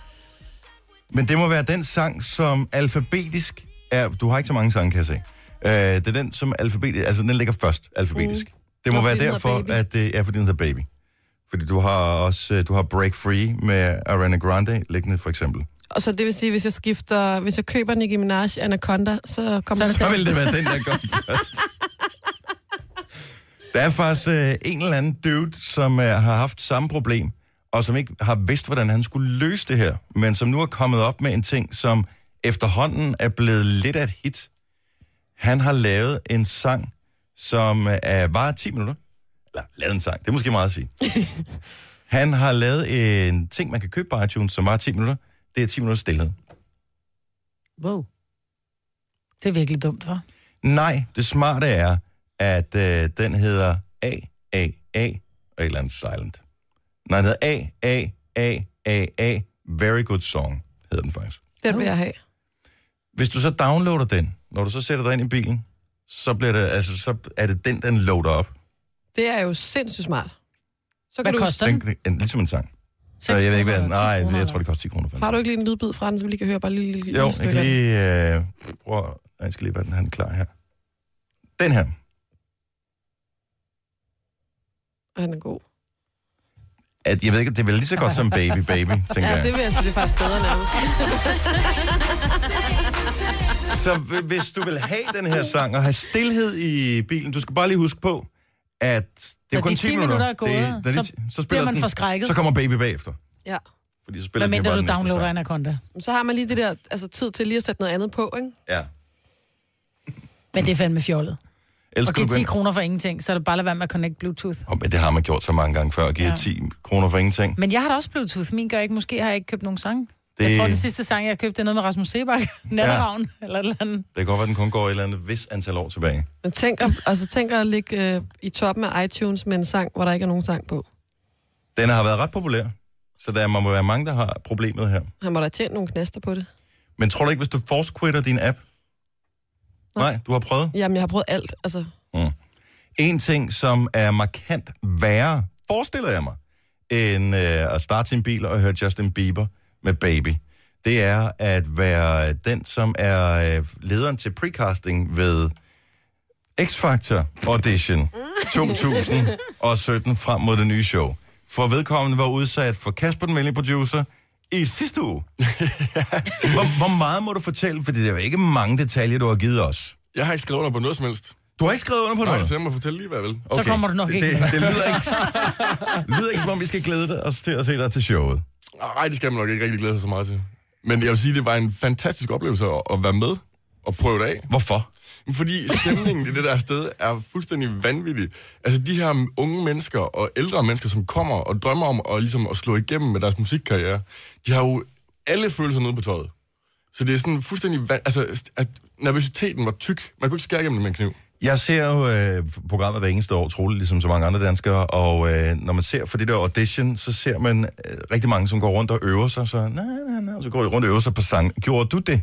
[SPEAKER 1] Men det må være den sang, som alfabetisk er... Du har ikke så mange sange, kan jeg se. Øh, det er den, som alfabetisk... Altså, den ligger først alfabetisk. Mm. Det må
[SPEAKER 3] Nå,
[SPEAKER 1] være
[SPEAKER 3] fordi den hedder
[SPEAKER 1] derfor,
[SPEAKER 3] Baby.
[SPEAKER 1] at det er, fordi den hedder Baby. Fordi du har også... øh, Du har Break Free med Ariana Grande liggende, for eksempel.
[SPEAKER 3] Og så det vil sige, hvis jeg skifter, hvis jeg køber Nicki Minaj Anaconda, så kommer
[SPEAKER 1] Så vil det være den, der går først. Der er faktisk øh, en eller anden dude, som øh, har haft samme problem, og som ikke har vidst, hvordan han skulle løse det her, men som nu er kommet op med en ting, som efterhånden er blevet lidt af et hit. Han har lavet en sang, som øh, er bare 10 minutter. Eller lavet en sang, det er måske meget at sige. Han har lavet en ting, man kan købe på iTunes, som var 10 minutter. Det er 10 minutter stillhed.
[SPEAKER 4] Wow. Det er virkelig dumt, for.
[SPEAKER 1] Nej, det smarte er, at øh, den hedder AAA og et eller andet silent. Nej, den hedder AAAAA Very Good Song, hedder den faktisk.
[SPEAKER 3] Den vil jeg have.
[SPEAKER 1] Hvis du så downloader den, når du så sætter dig ind i bilen, så, bliver det, altså, så er det den, den loader op.
[SPEAKER 3] Det er jo sindssygt smart. Så kan
[SPEAKER 4] Hvad
[SPEAKER 3] du,
[SPEAKER 4] koster den?
[SPEAKER 1] Den, en, ligesom en sang. Så jeg ved ikke, hvad den... Nej, jeg tror, det koster 10 kroner for den.
[SPEAKER 3] Har du ikke lige en lydbid fra den, så vi lige kan høre bare lige, lige, lige
[SPEAKER 1] Jo,
[SPEAKER 3] et
[SPEAKER 1] jeg
[SPEAKER 3] stykke
[SPEAKER 1] kan
[SPEAKER 3] af den?
[SPEAKER 1] lige... Øh, prøv, at- nej, jeg skal lige være den her klar her. Den her.
[SPEAKER 3] Ej, den er god.
[SPEAKER 1] At, jeg ved ikke, det er vel lige så godt som Baby Baby, tænker
[SPEAKER 3] Ja,
[SPEAKER 1] jeg.
[SPEAKER 3] det vil jeg sige, det er faktisk bedre nærmest.
[SPEAKER 1] Så hv- hvis du vil have den her sang og have stillhed i bilen, du skal bare lige huske på, at det er
[SPEAKER 4] Når
[SPEAKER 1] kun
[SPEAKER 4] de
[SPEAKER 1] 10
[SPEAKER 4] 10
[SPEAKER 1] minutter.
[SPEAKER 4] minutter er gået,
[SPEAKER 1] det, når
[SPEAKER 4] så
[SPEAKER 1] ti- så spiller
[SPEAKER 4] bliver man
[SPEAKER 1] den,
[SPEAKER 4] forskrækket.
[SPEAKER 1] Så kommer Baby bagefter.
[SPEAKER 3] Ja.
[SPEAKER 1] Fordi så
[SPEAKER 4] Hvad
[SPEAKER 1] spiller den jo
[SPEAKER 4] mindre
[SPEAKER 1] bare
[SPEAKER 4] du
[SPEAKER 1] den næste
[SPEAKER 4] downloader
[SPEAKER 1] sang.
[SPEAKER 4] Anaconda?
[SPEAKER 3] Så har man lige det der altså, tid til lige at sætte noget andet på, ikke?
[SPEAKER 1] Ja.
[SPEAKER 4] Men det er fandme fjollet.
[SPEAKER 1] Ellers
[SPEAKER 4] Og
[SPEAKER 1] okay,
[SPEAKER 4] give 10
[SPEAKER 1] 10 kroner.
[SPEAKER 4] kroner for ingenting, så er det bare lade være med at connect Bluetooth.
[SPEAKER 1] Oh, men det har man gjort så mange gange før, at give
[SPEAKER 4] Ja.
[SPEAKER 1] 10 kroner for ingenting.
[SPEAKER 4] Men jeg har da også Bluetooth. Min gør ikke. Måske har jeg ikke købt nogen sang. Det... Jeg
[SPEAKER 1] Det-
[SPEAKER 4] tror, den sidste sang, jeg købte, det er noget med Rasmus Sebak. Natteravn, ja. eller et eller andet.
[SPEAKER 1] Det kan godt være, at den kun går et eller andet vis antal år tilbage.
[SPEAKER 3] Men tænk, at, altså, tænk at ligge øh, i toppen af iTunes med en sang, hvor der ikke er nogen sang på.
[SPEAKER 1] Den har været ret populær, så der må være mange, der har problemet her.
[SPEAKER 3] Han må da tjene nogle knaster på det.
[SPEAKER 1] Men tror du ikke, hvis du force-quitter din app? Nej, du har prøvet?
[SPEAKER 3] Jamen, jeg har prøvet alt. Altså,
[SPEAKER 1] En ting, som er markant værre, forestiller jeg mig, end øh, at starte sin bil og høre Justin Bieber med Baby, det er at være den, som er øh, lederen til precasting ved X-Factor Audition 2017 frem mod det nye show. For vedkommende var udsat for Kasper, den venlige producer, i sidste uge. hvor, hvor meget må du fortælle? Fordi det er jo ikke mange detaljer, du har givet os.
[SPEAKER 5] Jeg har ikke skrevet under på noget som helst.
[SPEAKER 1] Du har ikke skrevet under på
[SPEAKER 5] Nej,
[SPEAKER 1] noget?
[SPEAKER 5] så jeg må fortælle lige, hvad jeg vil.
[SPEAKER 4] Så kommer du nok
[SPEAKER 1] det,
[SPEAKER 4] ikke
[SPEAKER 1] Det, det lyder ikke, lyder ikke, som om vi skal glæde os til at se dig til showet.
[SPEAKER 5] Nej, det skal man nok ikke rigtig glæde sig så meget til. Men jeg vil sige, det var en fantastisk oplevelse at, at være med og prøve det af.
[SPEAKER 1] Hvorfor?
[SPEAKER 5] Fordi stemningen i det der sted er fuldstændig vanvittig. Altså de her unge mennesker og ældre mennesker, som kommer og drømmer om at, ligesom, at slå igennem med deres musikkarriere, de har jo alle følelser nede på tøjet. Så det er sådan fuldstændig... van- Altså, at nervøsiteten var tyk. Man kunne ikke skære igennem det med en kniv.
[SPEAKER 1] Jeg ser jo øh, programmet hver eneste år, troligt ligesom så mange andre danskere, og øh, når man ser for det der audition, så ser man øh, rigtig mange, som går rundt og øver sig, så, nej, nej, nej, og så går de rundt og øver sig på sang. Gjorde du det?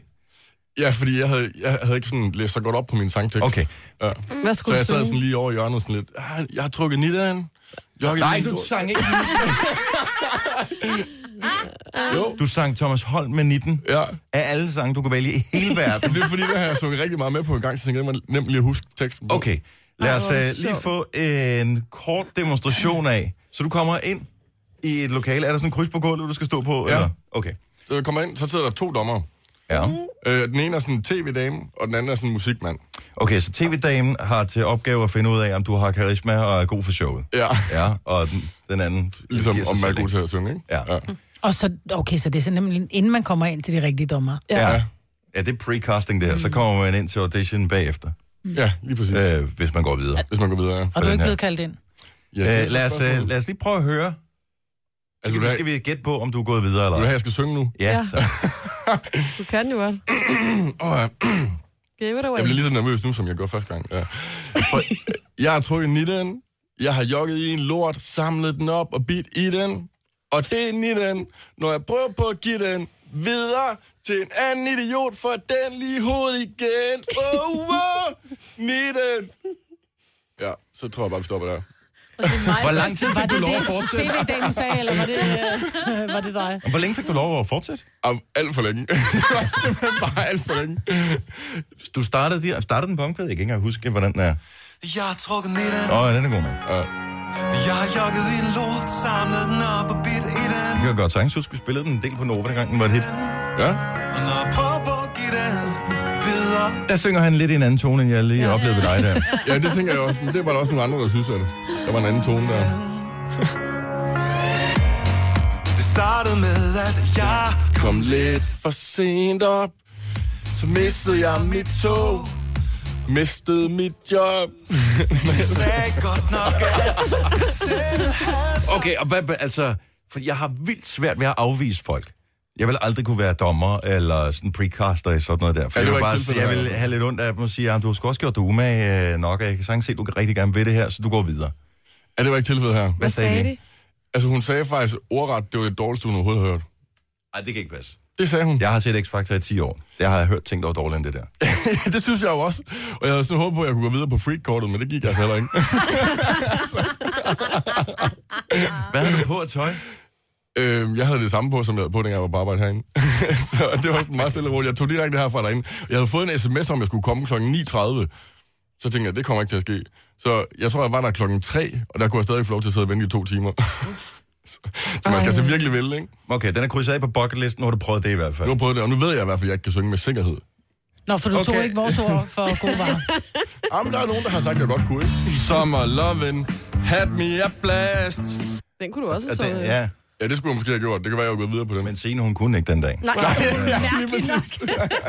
[SPEAKER 5] Ja, fordi jeg havde, jeg havde ikke sådan læst så godt op på min sangtekst.
[SPEAKER 1] Okay.
[SPEAKER 5] Ja.
[SPEAKER 3] hvad
[SPEAKER 5] Så
[SPEAKER 3] skulle
[SPEAKER 5] jeg
[SPEAKER 3] du
[SPEAKER 5] sad
[SPEAKER 3] synge?
[SPEAKER 5] sådan lige over i hjørnet sådan lidt, "Ah, jeg har trukket nitteren. Jeg har ikke-
[SPEAKER 1] sang ikke.
[SPEAKER 5] Jo,
[SPEAKER 1] Du sang Thomas Holm med 19
[SPEAKER 5] ja.
[SPEAKER 1] af alle sange, du kan vælge i hele verden.
[SPEAKER 5] Men det er fordi, det har jeg sunget rigtig meget med på en gang, så jeg glemmer nemt lige at huske teksten. på.
[SPEAKER 1] Okay, lad os
[SPEAKER 3] Ej, hvor er
[SPEAKER 1] uh,
[SPEAKER 3] det
[SPEAKER 1] lige få en kort demonstration af. Så du kommer ind i et lokale. Er der sådan en kryds på gulvet, du skal stå på?
[SPEAKER 5] Ja.
[SPEAKER 1] Eller? Okay.
[SPEAKER 5] Så jeg kommer ind, så sidder der to dommer.
[SPEAKER 1] Ja.
[SPEAKER 5] Øh, den ene er sådan en tv-dame, og den anden er sådan en musikmand.
[SPEAKER 1] Okay, så tv-damen har til opgave at finde ud af, om du har karisma og er god for showet.
[SPEAKER 5] Ja.
[SPEAKER 1] Ja, og den, den anden...
[SPEAKER 5] Ligesom
[SPEAKER 1] giver sig
[SPEAKER 5] om man
[SPEAKER 1] selv
[SPEAKER 5] er god
[SPEAKER 1] ikke.
[SPEAKER 5] til at synge, ikke?
[SPEAKER 1] Ja.
[SPEAKER 4] Og så, okay, så det er så nemlig, inden man kommer ind til de rigtige dommer.
[SPEAKER 1] Ja. ja. Ja, det er pre-casting der. Så kommer man ind til audition bagefter,
[SPEAKER 5] Ja, lige Mm. præcis. Øh.
[SPEAKER 1] øh, hvis man går videre.
[SPEAKER 5] Hvis man går videre, ja.
[SPEAKER 4] Og du
[SPEAKER 1] den
[SPEAKER 4] er ikke
[SPEAKER 1] her.
[SPEAKER 4] blevet kaldt ind.
[SPEAKER 5] ja det er
[SPEAKER 1] Øh,
[SPEAKER 5] så
[SPEAKER 1] lad, os,
[SPEAKER 5] spørgsmålet.
[SPEAKER 1] øh, lad os lige prove at høre.
[SPEAKER 5] altså, vil
[SPEAKER 1] Nu
[SPEAKER 5] du
[SPEAKER 1] skal
[SPEAKER 5] have,
[SPEAKER 1] vi gætte på, om du er gået videre eller
[SPEAKER 5] vil du
[SPEAKER 1] ej.
[SPEAKER 5] have, jeg skal synge nu?
[SPEAKER 1] Ja,
[SPEAKER 3] Ja.
[SPEAKER 1] så.
[SPEAKER 3] Du kan jo godt.
[SPEAKER 5] Åh, ja.
[SPEAKER 3] Give it away.
[SPEAKER 5] Jeg bliver lige så nervøs nu, som jeg gjorde første gang. Ja. For, jeg har trukket nitten, jeg har jogget i en lort, samlet den op og bidt i den. Og det er nitten, når jeg prøver på at give den videre til en anden idiot, for den lige hovedet igen. Oh, wow, nitten. Ja, så tror jeg bare, vi stopper der.
[SPEAKER 1] Hvor lang tid
[SPEAKER 4] Var
[SPEAKER 1] fik du
[SPEAKER 4] det
[SPEAKER 1] lov
[SPEAKER 4] det,
[SPEAKER 1] at fortsætte?
[SPEAKER 4] tv-damen sagde, eller var det, øh, var det dig?
[SPEAKER 1] Hvor længe fik du lov at fortsætte?
[SPEAKER 5] Og alt for længe. det var simpelthen bare alt for længe.
[SPEAKER 1] Du startede, der, startede den på omkvædet. Jeg kan ikke engang huske, hvordan den er.
[SPEAKER 9] Jeg har trukket nitten,
[SPEAKER 1] Åh, oh, den er god, mand.
[SPEAKER 9] jeg har jogget i en lort, samlet den op og bidt i den.
[SPEAKER 1] Jeg kan godt sagtens huske, vi spillede den en del på Nova, dengang den var et hit.
[SPEAKER 5] Ja,
[SPEAKER 9] Og når jeg prøver på at give den videre,
[SPEAKER 1] Der synger han lidt i en anden tone, end jeg lige ja. oplevede ved dig der.
[SPEAKER 5] ja det tænker jeg også. Men det var der også nogle andre, der synes, at der var en anden tone der.
[SPEAKER 9] det startede med, at jeg
[SPEAKER 5] Kom lidt for sent op, så missede jeg mit tog. Mistede mit job.
[SPEAKER 9] sagde godt nok, at jeg selv havde
[SPEAKER 1] Okay, og hvad, altså, for jeg har vildt svært ved at afvise folk. Jeg vil aldrig kunne være dommer eller sådan precaster i sådan noget der. For
[SPEAKER 5] Ja,
[SPEAKER 1] ja,
[SPEAKER 5] det
[SPEAKER 1] jeg,
[SPEAKER 5] var ikke
[SPEAKER 1] vil bare, sige,
[SPEAKER 5] tilfældet,
[SPEAKER 1] jeg vil
[SPEAKER 5] ja.
[SPEAKER 1] have lidt ondt af dem og sige, at du har sgu også gjort dig umage øh, nok, og jeg kan sagtens se, at du rigtig gerne vil det her, så du går videre.
[SPEAKER 5] Ja, det var ikke tilfældet her.
[SPEAKER 1] Hvad sagde de?
[SPEAKER 5] Altså, hun sagde faktisk ordret, det var det dårligste, hun overhovedet har hørt.
[SPEAKER 1] Nej, det kan ikke passe.
[SPEAKER 5] Det sagde hun.
[SPEAKER 1] Jeg har set X-Factor i 10 år. Jeg har hørt ting, der var dårligere end det der.
[SPEAKER 5] det synes jeg jo også. Og jeg havde sådan håbet på, at jeg kunne gå videre på freakkortet, men det gik altså heller ikke.
[SPEAKER 1] Hvad havde du på at tøj?
[SPEAKER 5] øhm, jeg havde det samme på, som jeg havde på, dengang jeg var på arbejde herinde. så det var sådan meget stille og roligt. Jeg tog direkte herfra derinde. Jeg havde fået en sms om, at jeg skulle komme kl. 9.30. Så tænkte jeg, det kommer ikke til at ske. Så jeg tror, jeg var der klokken 3, og der kunne jeg stadig få lov til at sidde og vente i to timer. så, så man skal altså virkelig vælge, ikke?
[SPEAKER 1] Okay, den er krydset af på bucketlisten. Nu har du prøvet det i hvert fald.
[SPEAKER 5] Nu har jeg prøvet det, og nu ved jeg i hvert fald, at jeg ikke kan synge med sikkerhed.
[SPEAKER 4] Nå, for du okay.
[SPEAKER 1] Okay.
[SPEAKER 4] tog ikke vores ord for gode varer.
[SPEAKER 5] Ah, men der er nogen, der har sagt, at jeg godt kunne, ikke? Summer lovin', had me a blast.
[SPEAKER 3] Den kunne du også have
[SPEAKER 1] Ja, den,
[SPEAKER 3] sunget.
[SPEAKER 1] ja,
[SPEAKER 5] Ja, det skulle jeg måske have gjort. Det kan være, jeg var gået videre på den.
[SPEAKER 1] men Signe, hun kunne ikke den dag.
[SPEAKER 2] Nej,
[SPEAKER 5] lige præcis.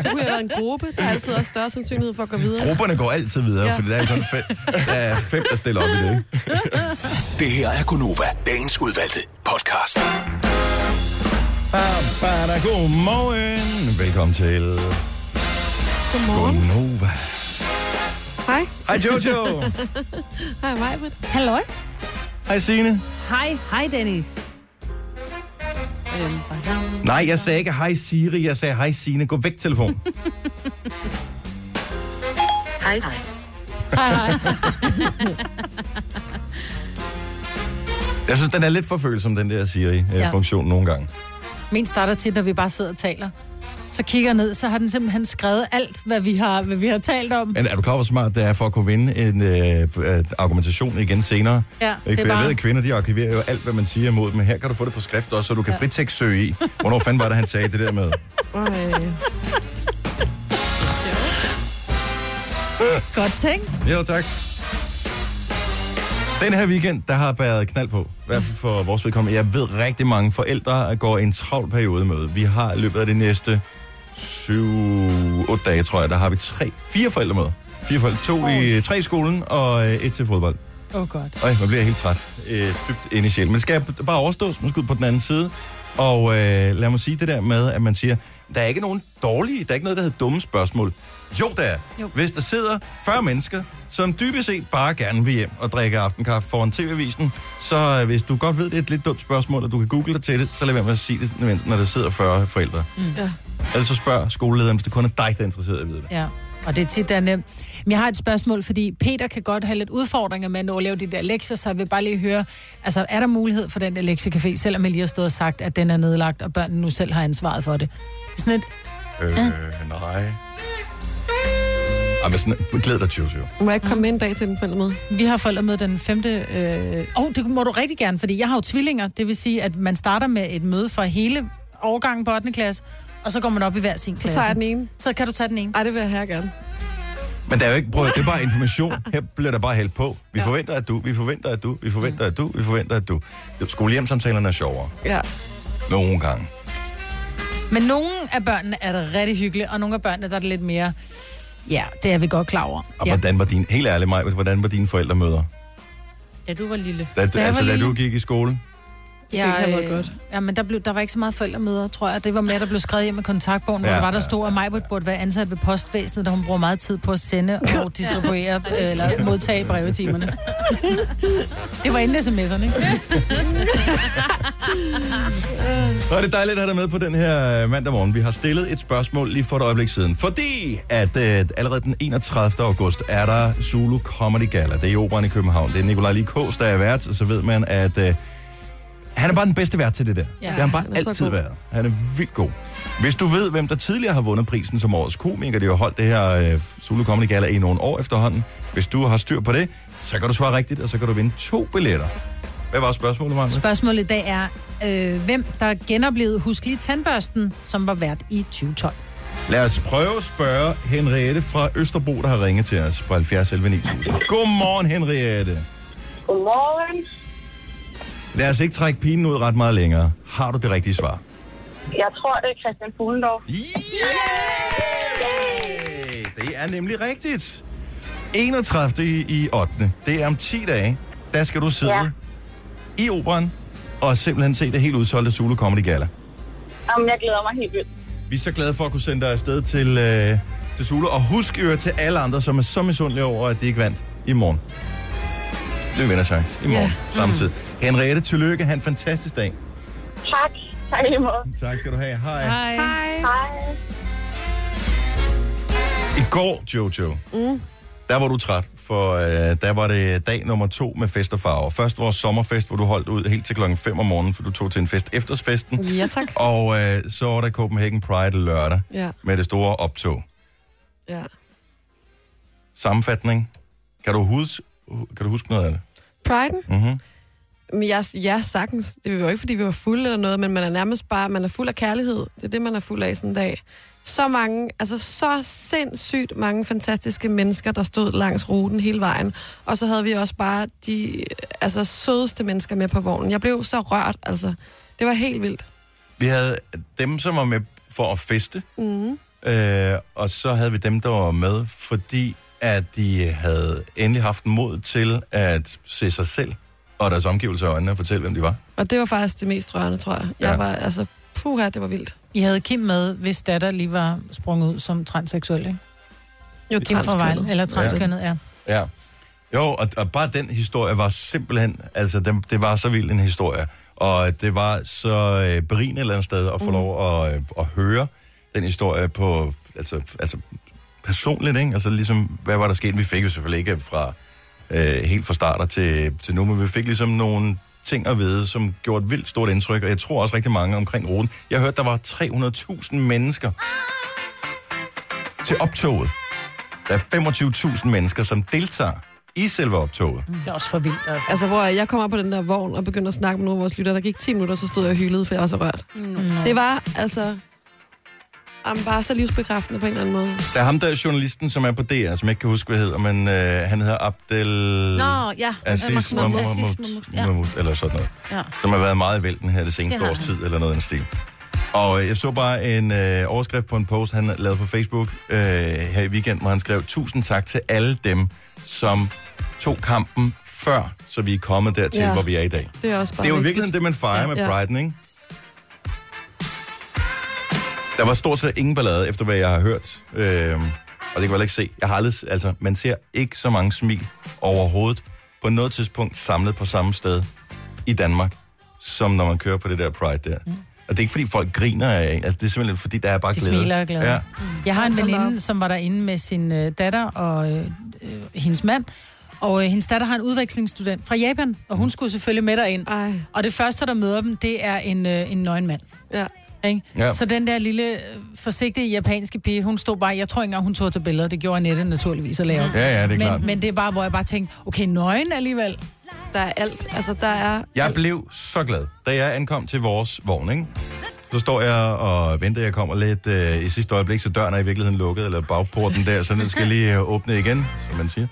[SPEAKER 3] Så kunne jeg være en gruppe. Der er altid også større sandsynlighed for at gå videre.
[SPEAKER 1] Grupperne går altid videre, ja.
[SPEAKER 3] Ja.
[SPEAKER 1] fordi der er kun fem, der, er fem, der stiller op i det, ikke?
[SPEAKER 7] Det her er Gunova, dagens udvalgte podcast.
[SPEAKER 1] Bada, godmorgen. Velkommen til
[SPEAKER 3] Godmorgen.
[SPEAKER 1] Gonova.
[SPEAKER 3] Hej.
[SPEAKER 1] Hej Jojo.
[SPEAKER 3] Hej, Majbrit.
[SPEAKER 2] Halløj.
[SPEAKER 1] Hej Signe.
[SPEAKER 2] Hej, hej Dennis.
[SPEAKER 1] Nej, jeg sagde ikke hej Siri, jeg sagde hej Signe. Gå væk telefon.
[SPEAKER 6] Hej, hej.
[SPEAKER 1] Jeg synes, den er lidt for følsom, den der
[SPEAKER 4] Ja.
[SPEAKER 1] Siri-funktion nogle gange.
[SPEAKER 4] Min starter tit, når vi bare sidder og taler. Så kigger jeg ned, så har den simpelthen skrevet alt, hvad vi har, hvad vi har talt om.
[SPEAKER 1] Men er du klar over, hvor smart det er for at kunne vinde en øh, øh, argumentation igen senere?
[SPEAKER 4] Ja,
[SPEAKER 1] Ikke,
[SPEAKER 4] det
[SPEAKER 1] for
[SPEAKER 4] er
[SPEAKER 1] jeg ved,
[SPEAKER 4] bare...
[SPEAKER 1] at kvinder de arkiverer jo alt, hvad man siger imod dem. Her kan du få det på skrift også, så du kan ja. fritekssøge i. Hvornår fanden var det, han sagde det der med?
[SPEAKER 3] Ej.
[SPEAKER 4] Godt tænkt.
[SPEAKER 1] Jo, tak. Den her weekend, der har været knald på, i hvert fald for vores vedkommende. Jeg ved rigtig mange forældre går en travl periode med. Vi har i løbet af de næste 7-8 dage, tror jeg, der har vi tre, fire forældre med. Fire forældre, to i tre i skolen og øh, et til fodbold.
[SPEAKER 4] Åh, oh, godt.
[SPEAKER 1] Øj, man bliver helt træt. Øh, dybt inde i sjælen. Men det skal bare overstås. Man skal ud på den anden side. Og øh, lad mig sige det der med, at man siger, der er ikke nogen dårlige, der er ikke noget, der hedder dumme spørgsmål. Jo, der er. Jo. Hvis der sidder 40 mennesker, som dybest set bare gerne vil hjem og drikke aftenkaffe foran tv-avisen, så øh, hvis du godt ved, det er et lidt dumt spørgsmål, og du kan google dig til det, så lad være med at sige det, når der sidder 40 forældre. Mm.
[SPEAKER 3] Ja.
[SPEAKER 1] Ellers så spørg skolelederen, hvis det kun er dig, der er interesseret i at vide det.
[SPEAKER 4] Ja. Og Og det er tit, der er nemt. Men jeg har et spørgsmål, fordi Peter kan godt have lidt udfordringer med at nå at lave de der lektier, så jeg vil bare lige høre, altså er der mulighed for den der lektiecafé, selvom jeg lige har stået og sagt, at den er nedlagt, og børnene nu selv har ansvaret for det? Sådan et,
[SPEAKER 1] Øh, nej. Ej, men sådan, glæd dig, Jojo.
[SPEAKER 3] Må jeg ikke komme med en dag til den forældremøde?
[SPEAKER 4] vi har forældremøde den 5. Øh, oh, det må du rigtig gerne, fordi jeg har jo tvillinger. Det vil sige, at man starter med et møde for hele årgangen på 8. klasse, og så går man op i hver sin
[SPEAKER 3] Så
[SPEAKER 4] klasse.
[SPEAKER 3] tager jeg den ene.
[SPEAKER 4] så kan du tage den ene.
[SPEAKER 3] Ej, det vil jeg her gerne.
[SPEAKER 1] Men der er jo ikke, prøv, at- det er bare information. Her bliver der bare hældt på. Vi forventer, at du, vi forventer, at du, vi forventer, at du, vi forventer, at du. Skolehjemsamtalerne er sjovere.
[SPEAKER 3] Ja.
[SPEAKER 1] Nogle gange.
[SPEAKER 4] Men nogle af børnene er det rigtig hyggelige, og nogle af børnene der er det lidt mere... Ja, det er vi godt klar over.
[SPEAKER 1] Og
[SPEAKER 4] Ja.
[SPEAKER 1] hvordan var din, helt ærligt mig, hvordan var dine forældre møder?
[SPEAKER 2] Da du var lille.
[SPEAKER 1] Da,
[SPEAKER 4] jeg
[SPEAKER 1] altså,
[SPEAKER 4] var
[SPEAKER 1] da
[SPEAKER 4] lille-
[SPEAKER 1] du gik i skole?
[SPEAKER 3] Det kan jeg meget godt.
[SPEAKER 4] øh, Ja, men der, blev, der var ikke så meget forældremøder, tror jeg. Det var mere, der blev skrevet hjem med kontaktbogen, ja,
[SPEAKER 1] Ja,
[SPEAKER 4] hvor der var der
[SPEAKER 1] ja,
[SPEAKER 4] stod, at Majbert burde være ansat ved postvæsenet, da hun bruger meget tid på at sende og distribuere øh, eller modtage brevetimerne. det var inden sms'erne, ikke?
[SPEAKER 1] Og det er dejligt at have dig med på den her øh, mandag morgen. Vi har stillet et spørgsmål lige for et øjeblik siden. Fordi at øh, allerede den 31. august er der Zulu Comedy Gala. Det er i Operan i København. Det er Nikolaj Likos, der er vært, og så ved man, at øh, han er bare den bedste vært til det der. Ja, det har han bare
[SPEAKER 3] han er så
[SPEAKER 1] altid
[SPEAKER 3] god.
[SPEAKER 1] været. Han er vildt god. Hvis du ved, hvem der tidligere har vundet prisen som årets komiker, det har jo holdt det her øh, Zulu Comedy Gala i nogle år efterhånden. Hvis du har styr på det, så kan du svare rigtigt, og så kan du vinde to billetter. Hvad var spørgsmålet, Maja?
[SPEAKER 4] Spørgsmålet i dag er, øh, hvem der genoplevede Husk lige tandbørsten, som var vært i 2012.
[SPEAKER 1] Lad os prøve at spørge Henriette fra Østerbro, der har ringet til os på 70 11 9000. Godmorgen, Henriette.
[SPEAKER 8] Godmorgen.
[SPEAKER 1] Lad os ikke trække pinen ud ret meget længere. Har du det rigtige svar?
[SPEAKER 8] Jeg tror, det er Christian Fuglendorf.
[SPEAKER 1] Yeah! Det er nemlig rigtigt. 31. i- i 8. Det er om 10 dage. Der skal du sidde
[SPEAKER 8] Ja.
[SPEAKER 1] i operan og simpelthen se det helt udsolgte Zulu Comedy Gala.
[SPEAKER 8] Jamen, jeg glæder mig helt vildt.
[SPEAKER 1] Vi er så glade for at kunne sende dig afsted til, øh, til Zulu. Og husk i øvrigt til alle andre, som er så misundelige over, at de ikke vandt i morgen. Løb en chance. I morgen yeah. samtidig. Mm. Henriette, tillykke. Ha' en fantastisk dag.
[SPEAKER 8] Tak. Tak i måde.
[SPEAKER 1] Tak skal du have. Hej. Hej.
[SPEAKER 8] Hej.
[SPEAKER 1] I går, Jojo, mm. der var du træt, for øh, der var det dag nummer to med fest og farver. Først vores sommerfest, hvor du holdt ud helt til klokken 5 om morgenen, for du tog til en fest eftersfesten.
[SPEAKER 3] Ja, tak.
[SPEAKER 1] Og øh, så var der Copenhagen Pride lørdag
[SPEAKER 3] Ja.
[SPEAKER 1] med det store optog.
[SPEAKER 3] Ja.
[SPEAKER 1] Sammenfatning. Kan du huske, kan du huske noget af det?
[SPEAKER 3] Priden?
[SPEAKER 1] Mhm.
[SPEAKER 3] Men jeg, ja, sagtens. Det var jo ikke, fordi vi var fulde eller noget, men man er nærmest bare, man er fuld af kærlighed. Det er det, man er fuld af sådan en dag. Så mange, altså så sindssygt mange fantastiske mennesker, der stod langs ruten hele vejen. Og så havde vi også bare de altså, sødeste mennesker med på vognen. Jeg blev så rørt, altså. Det var helt vildt.
[SPEAKER 1] Vi havde dem, som var med for at feste, mm. øh, og så havde vi dem, der var med, fordi at de havde endelig haft mod til at se sig selv og deres omgivelser i øjnene og fortælle, hvem de var.
[SPEAKER 3] Og det var faktisk det mest rørende, tror jeg. Jeg
[SPEAKER 1] Ja.
[SPEAKER 3] var, altså, puha, det var vildt.
[SPEAKER 4] I havde Kim med, hvis datter lige var sprunget ud som transseksuel, ikke?
[SPEAKER 3] Jo,
[SPEAKER 4] Kim fra Vejle, eller transkønnet, ja.
[SPEAKER 1] Ja. Jo, og, og bare den historie var simpelthen, altså den, det var så vild en historie, og det var så øh, berigende et eller andet sted at få mm. lov at, øh, at høre den historie på, altså, altså personligt, ikke? Altså ligesom, hvad var der sket? Vi fik jo selvfølgelig ikke fra øh, helt fra starter til, til nu, men vi fik ligesom nogle ting at vide, som gjorde et vildt stort indtryk, og jeg tror også rigtig mange omkring ruten. Jeg hørte, der var 300.000 mennesker til optoget. Der er 25.000 mennesker, som deltager i selve optoget.
[SPEAKER 2] Mm.
[SPEAKER 4] Det er også for vildt, altså.
[SPEAKER 3] Altså, hvor jeg kom op på den der vogn og begyndte at snakke med nogle af vores lytter. Der gik 10 minutter, så stod jeg og hylede, for jeg var så rørt. Mm. Det var altså... Jamen, bare så livsbekræftende på en eller anden måde.
[SPEAKER 1] Der er ham der journalisten, som er på DR, som jeg ikke kan huske, hvad hedder, men øh, han hedder Abdel...
[SPEAKER 2] Nå, ja.
[SPEAKER 1] Aziz
[SPEAKER 2] Mahmoud.
[SPEAKER 1] Mahmoud-
[SPEAKER 2] Aziz Mahmoud, ja.
[SPEAKER 1] Mahmoud, eller sådan noget,
[SPEAKER 2] Ja.
[SPEAKER 1] som har været meget i vælten her det seneste
[SPEAKER 2] Det har
[SPEAKER 1] års
[SPEAKER 2] han.
[SPEAKER 1] tid, eller noget i den stil. Og øh, jeg så bare en øh, overskrift på en post, han lavede på Facebook øh, her i weekenden, hvor han skrev, tusind tak til alle dem, som tog kampen før, så vi er kommet dertil, ja.
[SPEAKER 3] Ja.
[SPEAKER 1] hvor vi er i dag.
[SPEAKER 3] Det er også bare
[SPEAKER 1] Det er jo
[SPEAKER 3] vigtigt.
[SPEAKER 1] virkelig det, man fejrer ja,
[SPEAKER 3] Ja,
[SPEAKER 1] med
[SPEAKER 3] ja.
[SPEAKER 1] Pride'en, ikke? Der var stort set ingen ballade, efter hvad jeg har hørt. Øhm, og det kan man ikke se. Jeg har aldrig, altså, man ser ikke så mange smil overhovedet på noget tidspunkt samlet på samme sted i Danmark, som når man kører på det der Pride der. Mm. Og det er ikke, fordi folk griner af en. Altså, det er simpelthen, fordi der er bare
[SPEAKER 4] De
[SPEAKER 1] glæde.
[SPEAKER 4] smiler og glæder.
[SPEAKER 1] Ja.
[SPEAKER 4] Jeg har en
[SPEAKER 3] Hold da
[SPEAKER 4] veninde, som var derinde med sin øh, datter og øh, øh, hendes mand. Og øh, hendes datter har en udvekslingsstudent fra Japan, og hun skulle selvfølgelig med derind.
[SPEAKER 3] Ej,
[SPEAKER 4] Og det første, der møder dem, det er en, øh, en nøgen mand.
[SPEAKER 3] ja.
[SPEAKER 4] Ikke?
[SPEAKER 1] Ja.
[SPEAKER 4] Ja. Så den der lille, øh, forsigtige japanske pige, hun stod bare, jeg tror ikke engang, hun tog til billeder. Det gjorde Annette naturligvis at lave.
[SPEAKER 1] Ja, ja, det er klart.
[SPEAKER 4] men, men det er bare, hvor jeg bare tænkte, okay, nøgen alligevel.
[SPEAKER 3] Der er alt. Altså, der er...
[SPEAKER 1] Jeg blev så glad, da jeg ankom til vores vogn, ikke? Så står jeg og venter, jeg kommer lidt øh, i sidste øjeblik, så døren er i virkeligheden lukket, eller bagporten der, så den skal jeg lige øh, åbne igen, som man siger.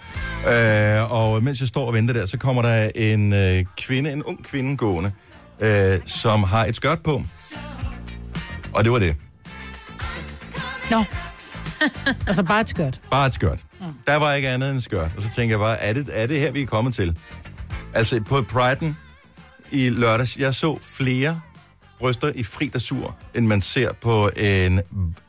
[SPEAKER 1] Øh, og mens jeg står og venter der, så kommer der en øh, kvinde, en ung kvinde gående, øh, som har et skørt på. Og det var det.
[SPEAKER 4] Nå. altså bare et skørt.
[SPEAKER 1] Bare et skørt. Mm. Der var ikke andet end skørt. Og så tænker jeg bare, er det, er det her, vi er kommet til? Altså på Pride'en i lørdags, jeg så flere bryster i fri sur, end man ser på en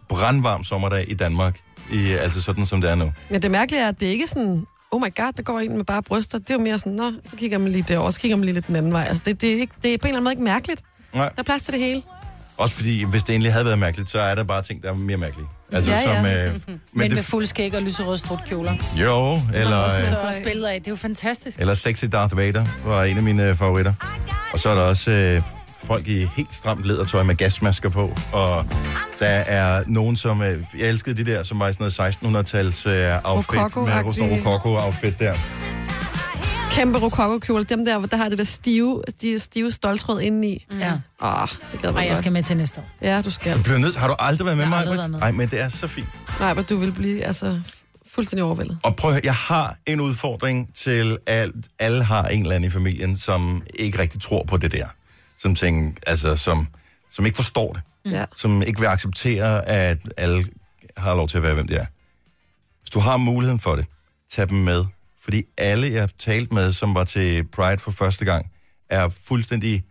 [SPEAKER 1] brandvarm sommerdag i Danmark. I, altså sådan, som det er nu.
[SPEAKER 3] Ja, det mærkelige er, at det ikke er sådan... Oh my god, der går en med bare bryster. Det er jo mere sådan, nå, så kigger man lige derovre, så kigger man lige lidt den anden vej. Altså, det, det, er, ikke, det er på en eller anden måde ikke mærkeligt.
[SPEAKER 1] Nej.
[SPEAKER 3] Der er plads til det hele.
[SPEAKER 1] Også fordi, hvis det egentlig havde været mærkeligt, så er der bare ting, der er mere mærkelige. Altså,
[SPEAKER 3] Ja, ja.
[SPEAKER 1] som, øh, men
[SPEAKER 4] Men, men med
[SPEAKER 1] det,
[SPEAKER 4] fuld skæg og lyserøde strutkjoler.
[SPEAKER 1] jo, eller... Øh,
[SPEAKER 4] Så også billeder af, det er jo fantastisk.
[SPEAKER 1] Eller Sexy Darth Vader var en af mine øh, favoritter. Og så er der også øh, folk i helt stramt lædertøj med gasmasker på. Og der er nogen, som... Øh, jeg elskede de der, som var i sådan noget 1600-tals øh, outfit. Med
[SPEAKER 3] Rokoko-agtige.
[SPEAKER 1] sådan en rokoko-outfit der.
[SPEAKER 3] Kæmpe rokokokjole. Dem der, hvor der har det der stive, de stive stoltråd indeni. Åh,
[SPEAKER 4] Ja.
[SPEAKER 3] oh, det gad
[SPEAKER 4] Nej,
[SPEAKER 3] mig
[SPEAKER 4] jeg
[SPEAKER 3] godt.
[SPEAKER 4] skal med til næste år.
[SPEAKER 3] Ja, du skal.
[SPEAKER 1] Du bliver nødt... Har du aldrig været med
[SPEAKER 4] Jeg har
[SPEAKER 1] mig?
[SPEAKER 4] aldrig været med.
[SPEAKER 1] Nej, men det er så fint.
[SPEAKER 3] Nej, men du vil blive altså fuldstændig overvældet.
[SPEAKER 1] Og prøv at høre, jeg har en udfordring til, at alle har en eller anden i familien, som ikke rigtig tror på det der. Som tænker, altså, som, som ikke forstår det.
[SPEAKER 4] Mm.
[SPEAKER 3] Ja.
[SPEAKER 1] som ikke vil acceptere, at alle har lov til at være, hvem de er. Hvis du har muligheden for det, tag dem med. Fordi alle, jeg har talt med, som var til Pride for første gang, er fuldstændig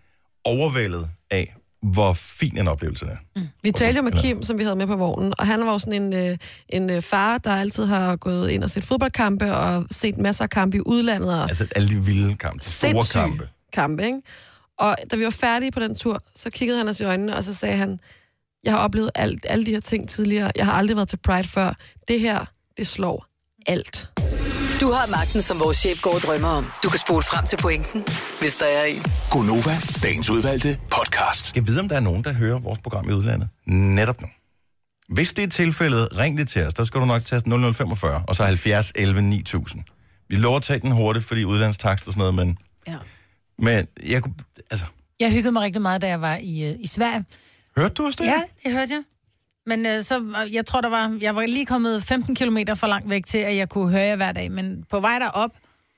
[SPEAKER 1] overvældet af, hvor fin en oplevelse det er.
[SPEAKER 3] Vi talte jo med Kim, som vi havde med på vognen, og han var jo sådan en, øh, en øh, far, der altid har gået ind og set fodboldkampe og set masser af kampe i udlandet. Og
[SPEAKER 1] Altså alle de vilde kampe, de store
[SPEAKER 3] sindssyge
[SPEAKER 1] kampe.
[SPEAKER 3] kampe ikke? Og da vi var færdige på den tur, så kiggede han os i øjnene, og så sagde han, jeg har oplevet alt, alle de her ting tidligere. Jeg har aldrig været til Pride før. Det her, det slår alt.
[SPEAKER 6] Du har magten, som vores chef går og drømmer om. Du kan spole frem til pointen, hvis der er en.
[SPEAKER 7] Gonova, dagens udvalgte podcast.
[SPEAKER 1] Jeg ved, om der er nogen, der hører vores program i udlandet netop nu. Hvis det er tilfældet, ring det til os. Der skal du nok taste 0045, og så 70 11 9000. Vi lover at tage den hurtigt, fordi udlandstakst og sådan noget, men...
[SPEAKER 2] Ja.
[SPEAKER 1] Men jeg kunne... Altså,
[SPEAKER 4] Jeg hyggede mig rigtig meget, da jeg var i, øh, i Sverige.
[SPEAKER 1] hørte du os der?
[SPEAKER 4] Ja, det hørte jeg. Men øh, så, øh, jeg tror, der var, jeg var lige kommet 15 km for langt væk til, at jeg kunne høre jer hver dag. Men på vej derop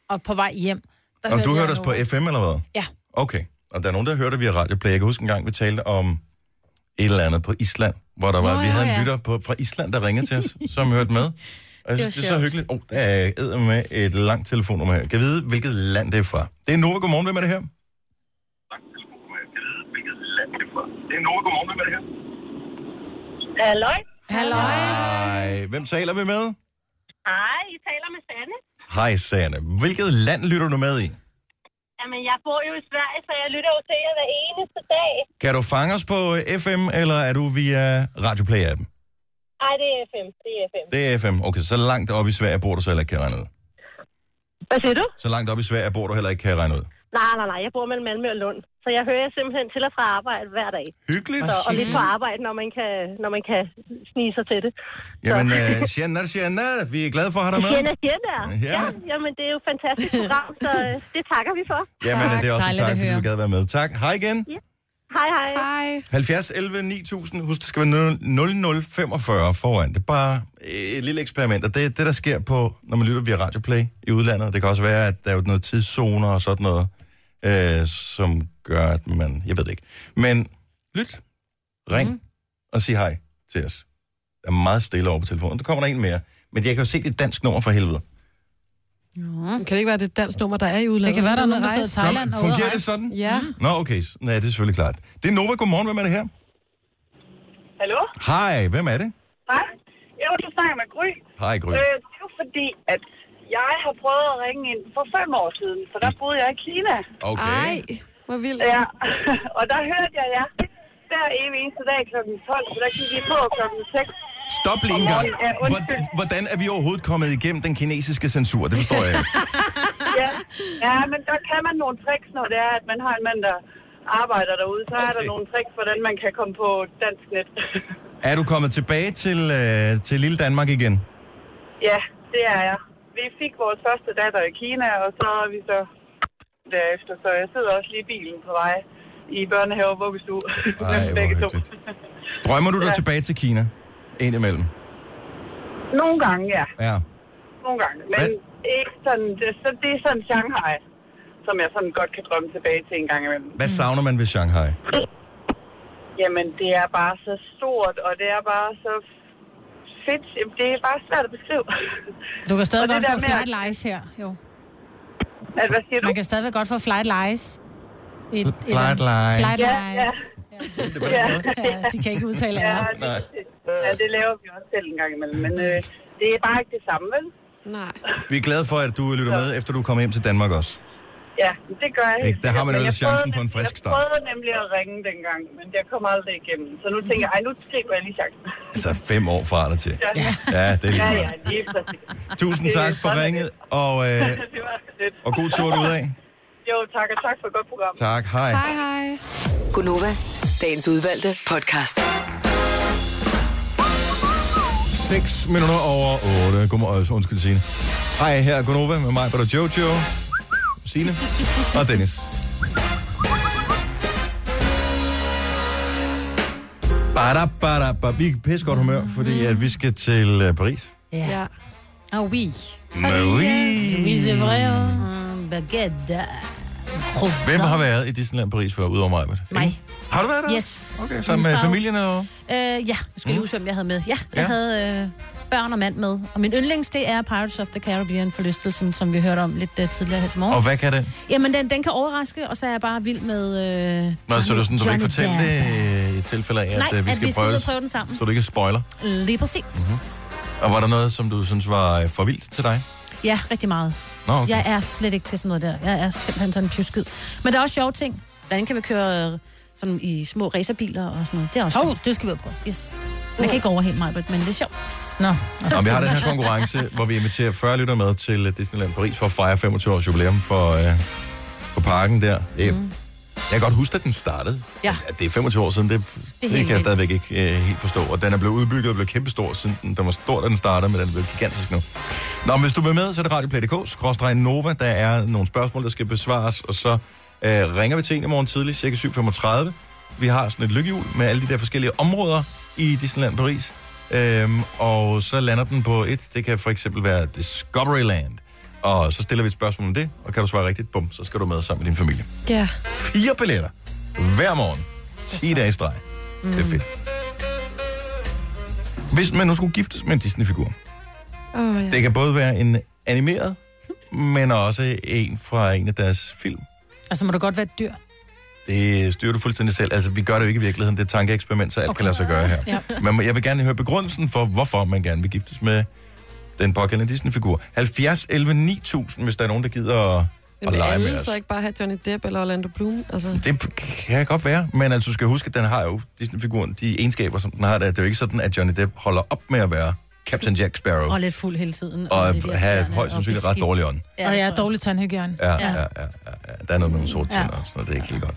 [SPEAKER 4] og på vej hjem, der
[SPEAKER 1] Og du
[SPEAKER 4] jeg
[SPEAKER 1] hørte os på
[SPEAKER 4] noget.
[SPEAKER 1] FM, eller hvad?
[SPEAKER 4] Ja.
[SPEAKER 1] Okay. Og der er nogen, der hørte via radioplay. Jeg kan huske en gang, vi talte om et eller andet på Island, hvor der var,
[SPEAKER 2] Nå,
[SPEAKER 1] vi
[SPEAKER 2] ja,
[SPEAKER 1] havde en
[SPEAKER 2] ja.
[SPEAKER 1] lytter på, fra Island, der ringede til os, som hørte med. Og jeg synes, det er så
[SPEAKER 2] sjovt.
[SPEAKER 1] hyggeligt. Åh, oh, der er æder med et langt telefonnummer her. Kan jeg vide, hvilket land det er fra? Det er Nora. Godmorgen, hvem er det her?
[SPEAKER 8] Hallo?
[SPEAKER 1] Hej. Hvem taler vi med?
[SPEAKER 8] Hej, I taler med Sanne.
[SPEAKER 1] Hej, Sanne. Hvilket land lytter du med i?
[SPEAKER 8] Jamen, jeg bor jo i Sverige, så jeg lytter jo til jer hver eneste dag.
[SPEAKER 1] Kan du fange os på øh, FM, eller er du via radioplay-appen?
[SPEAKER 8] Ej, det er FM. Det er FM.
[SPEAKER 1] Det er FM. Okay, så langt op i Sverige bor du så heller ikke, kan jeg regne ud.
[SPEAKER 8] Hvad siger du?
[SPEAKER 1] Så langt op i Sverige bor du heller ikke, kan jeg regne ud.
[SPEAKER 8] Nej, nej, nej. Jeg bor mellem Malmø og Lund. Så jeg hører jer simpelthen til og fra arbejde hver dag.
[SPEAKER 1] Hyggeligt.
[SPEAKER 8] Så, og lidt på arbejde, når man kan, når man kan snige sig til det.
[SPEAKER 1] Jamen, øh, tjener, tjener. Vi er glade for at have dig med.
[SPEAKER 8] Tjener, tjener.
[SPEAKER 1] Ja.
[SPEAKER 8] Ja, jamen, det er jo et fantastisk program, så øh, det takker vi for.
[SPEAKER 1] Jamen, det er også en
[SPEAKER 2] Dejligt
[SPEAKER 1] tak,
[SPEAKER 2] at
[SPEAKER 1] fordi du
[SPEAKER 2] høre.
[SPEAKER 1] gad være med. Tak. Hej igen.
[SPEAKER 8] Hej, hej.
[SPEAKER 3] Hej.
[SPEAKER 1] 70 11 9000. Husk, det skal være 0045 foran. Det er bare et lille eksperiment, og det er det, der sker på, når man lytter via Radioplay i udlandet. Det kan også være, at der er jo noget tidszoner og sådan noget, øh, som gør, at man... Jeg ved det ikke. Men lyt, ring mm. og sig hej til os. Der er meget stille over på telefonen. Der kommer der en mere. Men jeg kan jo se, det er et dansk nummer for helvede.
[SPEAKER 3] Kan det ikke være, det er et dansk nummer, der er i udlandet?
[SPEAKER 4] Mm. Det kan være, der er nogen, der
[SPEAKER 3] Rejse.
[SPEAKER 4] sidder i Thailand og ude at
[SPEAKER 1] Fungerer det
[SPEAKER 4] rejse.
[SPEAKER 1] sådan?
[SPEAKER 3] Ja.
[SPEAKER 1] Nå, okay. S- Nej, det er selvfølgelig klart. Det er Nova. Godmorgen. Hvem er det her?
[SPEAKER 8] Hallo?
[SPEAKER 1] Hej, hvem er det?
[SPEAKER 8] Hej. Jo, du snakker med Gry.
[SPEAKER 1] Hej, Gry.
[SPEAKER 8] Øh, det er jo fordi, at jeg har prøvet at ringe ind for fem år siden, for der boede jeg i Kina.
[SPEAKER 1] Okay.
[SPEAKER 3] Ej, hvor vildt.
[SPEAKER 8] Ja, og der hørte jeg jer. hver evig eneste dag kl. 12, så der kan vi på kl. 6.
[SPEAKER 1] Stop lige en gang.
[SPEAKER 8] Om morgenen, Øh, ja, undskyld.
[SPEAKER 1] Hvor- Hvordan er vi overhovedet kommet igennem den kinesiske censur? Det forstår jeg ikke.
[SPEAKER 8] Ja. ja, men der kan man nogle tricks, når det er, at man har en mand, der arbejder derude. Så er der
[SPEAKER 1] Okay.
[SPEAKER 8] nogle tricks, hvordan man kan komme på dansk net.
[SPEAKER 1] Er du kommet tilbage til, øh, til lille Danmark igen?
[SPEAKER 8] ja, det er jeg. Vi fik vores første datter i Kina, og så er vi så derefter. Så jeg sidder også lige i bilen på vej i børnehave og vuggestue.
[SPEAKER 1] Ej, hvor
[SPEAKER 8] Begge to.
[SPEAKER 1] hyggeligt. Drømmer du dig
[SPEAKER 8] Ja.
[SPEAKER 1] tilbage til Kina? En imellem.
[SPEAKER 8] Nogle gange, ja.
[SPEAKER 1] Ja.
[SPEAKER 8] Nogle gange. Men ikke sådan, det, så det er sådan Shanghai, som jeg sådan godt kan drømme tilbage til en gang imellem.
[SPEAKER 1] Hvad savner man ved Shanghai?
[SPEAKER 8] Jamen, det er bare så stort, og det er bare så fedt. Jamen, det er bare svært at beskrive.
[SPEAKER 4] Du kan
[SPEAKER 8] Og
[SPEAKER 4] stadig
[SPEAKER 8] det
[SPEAKER 4] godt
[SPEAKER 8] der
[SPEAKER 4] få
[SPEAKER 8] med
[SPEAKER 4] flight
[SPEAKER 8] at-
[SPEAKER 4] lies her, jo.
[SPEAKER 8] At, hvad siger du?
[SPEAKER 4] Man kan stadig godt få flight lies. Et, et-
[SPEAKER 1] Flight lies.
[SPEAKER 4] Flight
[SPEAKER 8] Ja,
[SPEAKER 4] lies.
[SPEAKER 8] ja.
[SPEAKER 1] Ja.
[SPEAKER 4] Ja, de kan ikke udtale
[SPEAKER 8] Ja,
[SPEAKER 4] andet.
[SPEAKER 8] det, ja, det laver vi også selv en gang imellem, men øh, det er bare ikke det samme, vel?
[SPEAKER 4] Mm.
[SPEAKER 3] Nej.
[SPEAKER 1] Vi er glade for, at du lytter med, efter du kommer hjem til Danmark også.
[SPEAKER 8] Ja, det gør jeg.
[SPEAKER 1] Ikke? Der har man
[SPEAKER 8] Men
[SPEAKER 1] ellers
[SPEAKER 8] jeg
[SPEAKER 1] chancen
[SPEAKER 8] prøvede
[SPEAKER 1] for en
[SPEAKER 8] nem-
[SPEAKER 1] frisk
[SPEAKER 8] Jeg
[SPEAKER 1] start.
[SPEAKER 8] prøvede nemlig at ringe dengang, men jeg kom aldrig igennem. Så nu tænker jeg, ej, nu griber jeg lige chancen.
[SPEAKER 1] Altså fem år fra dig til.
[SPEAKER 8] Ja,
[SPEAKER 1] Ja, det er
[SPEAKER 8] ja,
[SPEAKER 1] lige meget.
[SPEAKER 8] ja, lige præcis.
[SPEAKER 1] Tusind tak for ringet, og, øh,
[SPEAKER 8] Det var så lidt.
[SPEAKER 1] og god tur ud af.
[SPEAKER 8] Jo, tak, og tak for et godt program.
[SPEAKER 1] Tak, hej.
[SPEAKER 3] Hej, hej.
[SPEAKER 6] Gunova, dagens udvalgte podcast.
[SPEAKER 1] 6 minutter over 8. Godmorgen, altså, undskyld Signe. Hej, her er Gunova med mig, Britta Jojo, Signe og Dennis. Bada, bada, bada. Vi er i pisse godt humør, fordi at vi skal til øh, Paris.
[SPEAKER 3] Ja.
[SPEAKER 2] Ah oui.
[SPEAKER 1] Marie.
[SPEAKER 2] Mm, baguette.
[SPEAKER 1] Hvem har været i Disneyland Paris før, udover mig?
[SPEAKER 2] Mig.
[SPEAKER 1] Har du været der?
[SPEAKER 2] Yes.
[SPEAKER 1] Okay, sammen med
[SPEAKER 2] Min far-
[SPEAKER 1] familien og...
[SPEAKER 2] Øh, ja, jeg skal lige huske, hvem jeg havde med. Ja, jeg
[SPEAKER 1] Mm. Ja.
[SPEAKER 2] havde øh, børn og mand med. Og min yndlings, det er Pirates of the Caribbean forlystelsen, som vi hørte om lidt uh, tidligere her til morgen.
[SPEAKER 1] Og hvad kan det?
[SPEAKER 2] Jamen, den, den kan overraske, og så er jeg bare vild med... Øh,
[SPEAKER 1] Nå,
[SPEAKER 2] Johnny-
[SPEAKER 1] så du, sådan, du vil ikke
[SPEAKER 2] Johnny
[SPEAKER 1] fortælle
[SPEAKER 2] Depp.
[SPEAKER 1] det øh, i tilfælde af, at,
[SPEAKER 2] Nej,
[SPEAKER 1] øh, vi
[SPEAKER 2] at
[SPEAKER 1] skal,
[SPEAKER 2] vi skal ud
[SPEAKER 1] prøve,
[SPEAKER 2] og prøve den sammen.
[SPEAKER 1] så Mhm. du ikke spoiler.
[SPEAKER 2] Lige præcis. Mm-hmm.
[SPEAKER 1] Og var der noget, som du synes var øh, for vildt til dig?
[SPEAKER 2] Ja, rigtig meget.
[SPEAKER 1] Nå, okay.
[SPEAKER 2] Jeg er slet ikke til sådan noget der. Jeg er simpelthen sådan en pjuskid. Men der er også sjove ting. Hvordan kan vi køre øh, sådan i små racerbiler og sådan noget? Det er også
[SPEAKER 4] Hov,
[SPEAKER 2] sjovt.
[SPEAKER 4] det skal vi ud på.
[SPEAKER 2] Yes. Man kan ikke overhælde mig, men det er sjovt.
[SPEAKER 4] Nå,
[SPEAKER 1] Nå, vi har den her konkurrence, hvor vi inviterer 40 lytter med til øh, Disneyland Paris for at fejre 25 års jubilæum for, øh, for parken der. Det, mm. Jeg kan godt huske, at den startede.
[SPEAKER 2] Ja.
[SPEAKER 1] At det er 25 år siden, det, det, det
[SPEAKER 2] helt
[SPEAKER 1] kan jeg
[SPEAKER 2] vildt.
[SPEAKER 1] stadigvæk ikke øh, helt forstå. Og den er blevet udbygget og blevet kæmpestor, siden den, den var stor, da den startede, men den er blevet gigantisk nu. Nå, men hvis du vil med, så er det radioplay.dk, skråstreg Nova. Der er nogle spørgsmål, der skal besvares, og så øh, ringer vi til en i morgen tidlig, cirka 7.35. Vi har sådan et lykkehjul med alle de der forskellige områder i Disneyland Paris. Øhm, og så lander den på et, det kan for eksempel være Discoveryland. Og så stiller vi et spørgsmål om det, og kan du svare rigtigt, bum, så skal du med sammen med din familie
[SPEAKER 3] Ja.
[SPEAKER 1] fire billetter hver morgen. 10 dage i streg. Mm. Det er fedt. Hvis man nu skulle giftes med en Disney-figur.
[SPEAKER 3] Åh, ja.
[SPEAKER 1] Det kan både være en animeret, men også en fra en af deres film.
[SPEAKER 4] altså må du godt være et dyr.
[SPEAKER 1] Det styrer du fuldstændig selv. Altså, vi gør det jo ikke i virkeligheden. Det er et tankeeksperiment, så alt okay. kan lade sig gøre her. Ja. Men jeg vil gerne høre begrundelsen for, hvorfor man gerne vil giftes med den pågældende Disney-figur. 70, 11, 9000, hvis der er nogen, der gider at, at
[SPEAKER 3] Men
[SPEAKER 1] lege
[SPEAKER 3] alle
[SPEAKER 1] med os.
[SPEAKER 3] så ikke bare have Johnny Depp eller Orlando Bloom. Altså,
[SPEAKER 1] Det kan godt være, men altså, du skal huske, at den har jo Disney-figuren, de egenskaber, som den har, der. det er jo ikke sådan, at Johnny Depp holder op med at være Captain Jack Sparrow,
[SPEAKER 2] Og lidt fuld hele tiden.
[SPEAKER 1] og
[SPEAKER 2] lidt
[SPEAKER 1] have
[SPEAKER 2] irriterende
[SPEAKER 1] højst sandsynligt
[SPEAKER 2] og
[SPEAKER 1] ret
[SPEAKER 2] beskidt.
[SPEAKER 1] dårlig ånd.
[SPEAKER 2] Ja,
[SPEAKER 4] Og
[SPEAKER 2] det
[SPEAKER 4] jeg
[SPEAKER 2] tror
[SPEAKER 4] er dårlig tandhygiejne.
[SPEAKER 1] Ja, ja,
[SPEAKER 2] Ja.
[SPEAKER 1] ja, ja, ja. Der er noget med nogle sorte tænder,
[SPEAKER 4] Ja.
[SPEAKER 1] og sådan noget. det er ikke lige godt.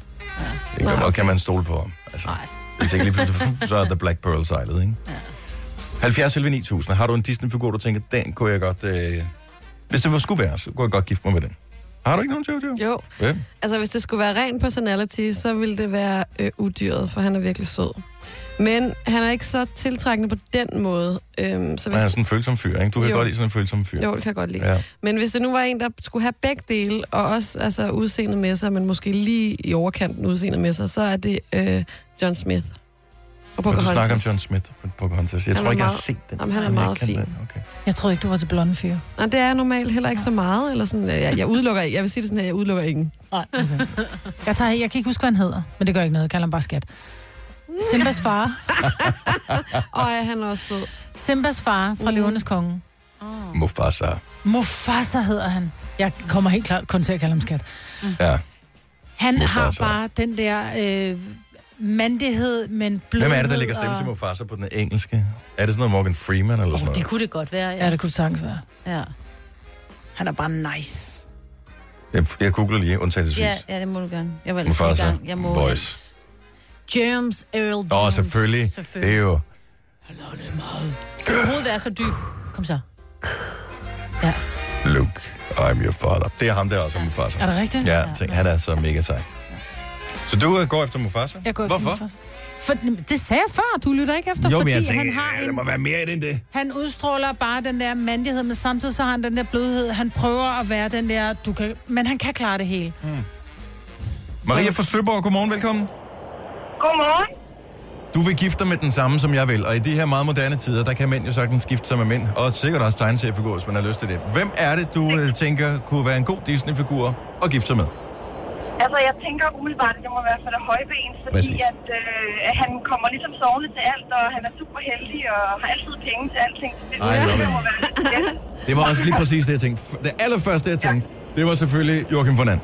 [SPEAKER 1] Det kan godt. Og kan man stole på ham? Altså,
[SPEAKER 2] Nej.
[SPEAKER 1] Hvis ikke lige pludselig, så er The Black Pearl sejlet, ikke? 70 11 9000. Har du en Disney-figur, du tænker, den kunne jeg godt... Øh... Hvis det var skulle være, så kunne jeg godt gifte mig med den. Har du ikke nogen, Jojo?
[SPEAKER 3] jo.
[SPEAKER 1] Ja.
[SPEAKER 3] Altså, hvis det skulle være ren personality, så ville det være øh, udyret, for han er virkelig sød. Men han er ikke så tiltrækkende på den måde. Øhm, så hvis,
[SPEAKER 1] Man er sådan en følsom fyr, ikke? Du kan
[SPEAKER 3] Jo.
[SPEAKER 1] godt lide sådan en følsom fyr.
[SPEAKER 3] Jo, det kan jeg godt lide.
[SPEAKER 1] Ja.
[SPEAKER 3] Men hvis det nu var en, der skulle have begge dele, og også altså, udseendet med sig, men måske lige i overkanten udseendet med sig, så er det øh, John Smith. Og
[SPEAKER 1] Og du
[SPEAKER 3] Pocahontas.
[SPEAKER 1] snakker om John Smith fra Pocahontas. Jeg
[SPEAKER 3] Han
[SPEAKER 1] tror
[SPEAKER 3] er
[SPEAKER 1] ikke, jeg har
[SPEAKER 3] meget-
[SPEAKER 1] set den.
[SPEAKER 3] Jamen, han er
[SPEAKER 1] siden jeg
[SPEAKER 3] meget
[SPEAKER 1] kan
[SPEAKER 3] fin.
[SPEAKER 1] den. Okay.
[SPEAKER 4] Jeg troede ikke, du var til blonde fyre.
[SPEAKER 3] Nej, det er normalt heller ikke så meget. Eller sådan, øh, jeg, jeg udelukker, jeg vil sige det sådan her, jeg udelukker ingen.
[SPEAKER 4] Jeg, tager, jeg kan ikke huske, hvad han hedder, men det gør ikke noget. Jeg kalder ham bare skat. Simbas far.
[SPEAKER 3] Og ja, han er også sød.
[SPEAKER 4] Simbas far
[SPEAKER 1] Mm.
[SPEAKER 4] fra Løvernes Konge.
[SPEAKER 1] Mufasa.
[SPEAKER 4] Mufasa hedder han. Jeg kommer helt klart kun til at kalde ham skat.
[SPEAKER 1] Ja.
[SPEAKER 4] Han
[SPEAKER 1] Mufasa.
[SPEAKER 4] har bare den der øh, mandighed, men blødhed.
[SPEAKER 1] Hvem er det, der lægger stemme
[SPEAKER 4] og-
[SPEAKER 1] til Mufasa på den engelske? Er det sådan noget Morgan Freeman eller sådan
[SPEAKER 2] Det
[SPEAKER 1] noget?
[SPEAKER 2] kunne det godt være, ja.
[SPEAKER 4] Ja, det kunne det sagtens være.
[SPEAKER 2] Ja,
[SPEAKER 4] Han er bare nice.
[SPEAKER 1] Jeg, jeg googler lige undtagelsesvis.
[SPEAKER 2] ja, ja det må du gerne. Jeg var ellers i
[SPEAKER 1] Mufasa.
[SPEAKER 2] gang. Jeg må
[SPEAKER 1] Voice.
[SPEAKER 2] James Earl Jones.
[SPEAKER 1] Åh, oh, selvfølgelig.
[SPEAKER 2] selvfølgelig.
[SPEAKER 1] Det er jo...
[SPEAKER 2] Kan hovedet være så dyb? Kom så. Ja.
[SPEAKER 1] Luke, I'm your father. Det er ham der også, Mufasa.
[SPEAKER 4] Er det rigtigt?
[SPEAKER 1] Ja, tænk, han er så mega sej. Så du øh, går efter Mufasa?
[SPEAKER 4] Jeg går
[SPEAKER 1] Hvorfor?
[SPEAKER 4] Efter Mufasa. for, det sagde jeg før, du lytter ikke efter,
[SPEAKER 1] Jo, men
[SPEAKER 4] fordi
[SPEAKER 1] jeg
[SPEAKER 4] han
[SPEAKER 1] tænker,
[SPEAKER 4] har
[SPEAKER 1] ja, der
[SPEAKER 4] en,
[SPEAKER 1] må være mere i det end det.
[SPEAKER 4] han udstråler bare den der mandighed, men samtidig så har han den der blødhed. Han prøver at være den der, du kan, men han kan klare det hele.
[SPEAKER 1] Maria fra Søborg, godmorgen, velkommen.
[SPEAKER 8] Godmorgen.
[SPEAKER 1] Du vil gifte dig med den samme, som jeg vil, og i de her meget moderne tider, der kan mænd jo sagtens gifte sig med mænd, og sikkert også tegneseriefigurer, hvis man har lyst til det. Hvem er det, du øh, tænker kunne være en god Disney-figur at gifte sig med?
[SPEAKER 8] Altså, jeg tænker umiddelbart, at det må være for det høje ben, fordi
[SPEAKER 1] Præcis.
[SPEAKER 8] at, øh, at han kommer ligesom sovende til alt, og han er super heldig og har altid penge til alting. Så det,
[SPEAKER 1] Ej, jeg
[SPEAKER 8] det
[SPEAKER 1] love
[SPEAKER 8] må være lidt
[SPEAKER 1] Det var også lige præcis det, jeg tænkte. F- Det allerførste, jeg tænkte, det var selvfølgelig Joachim von And.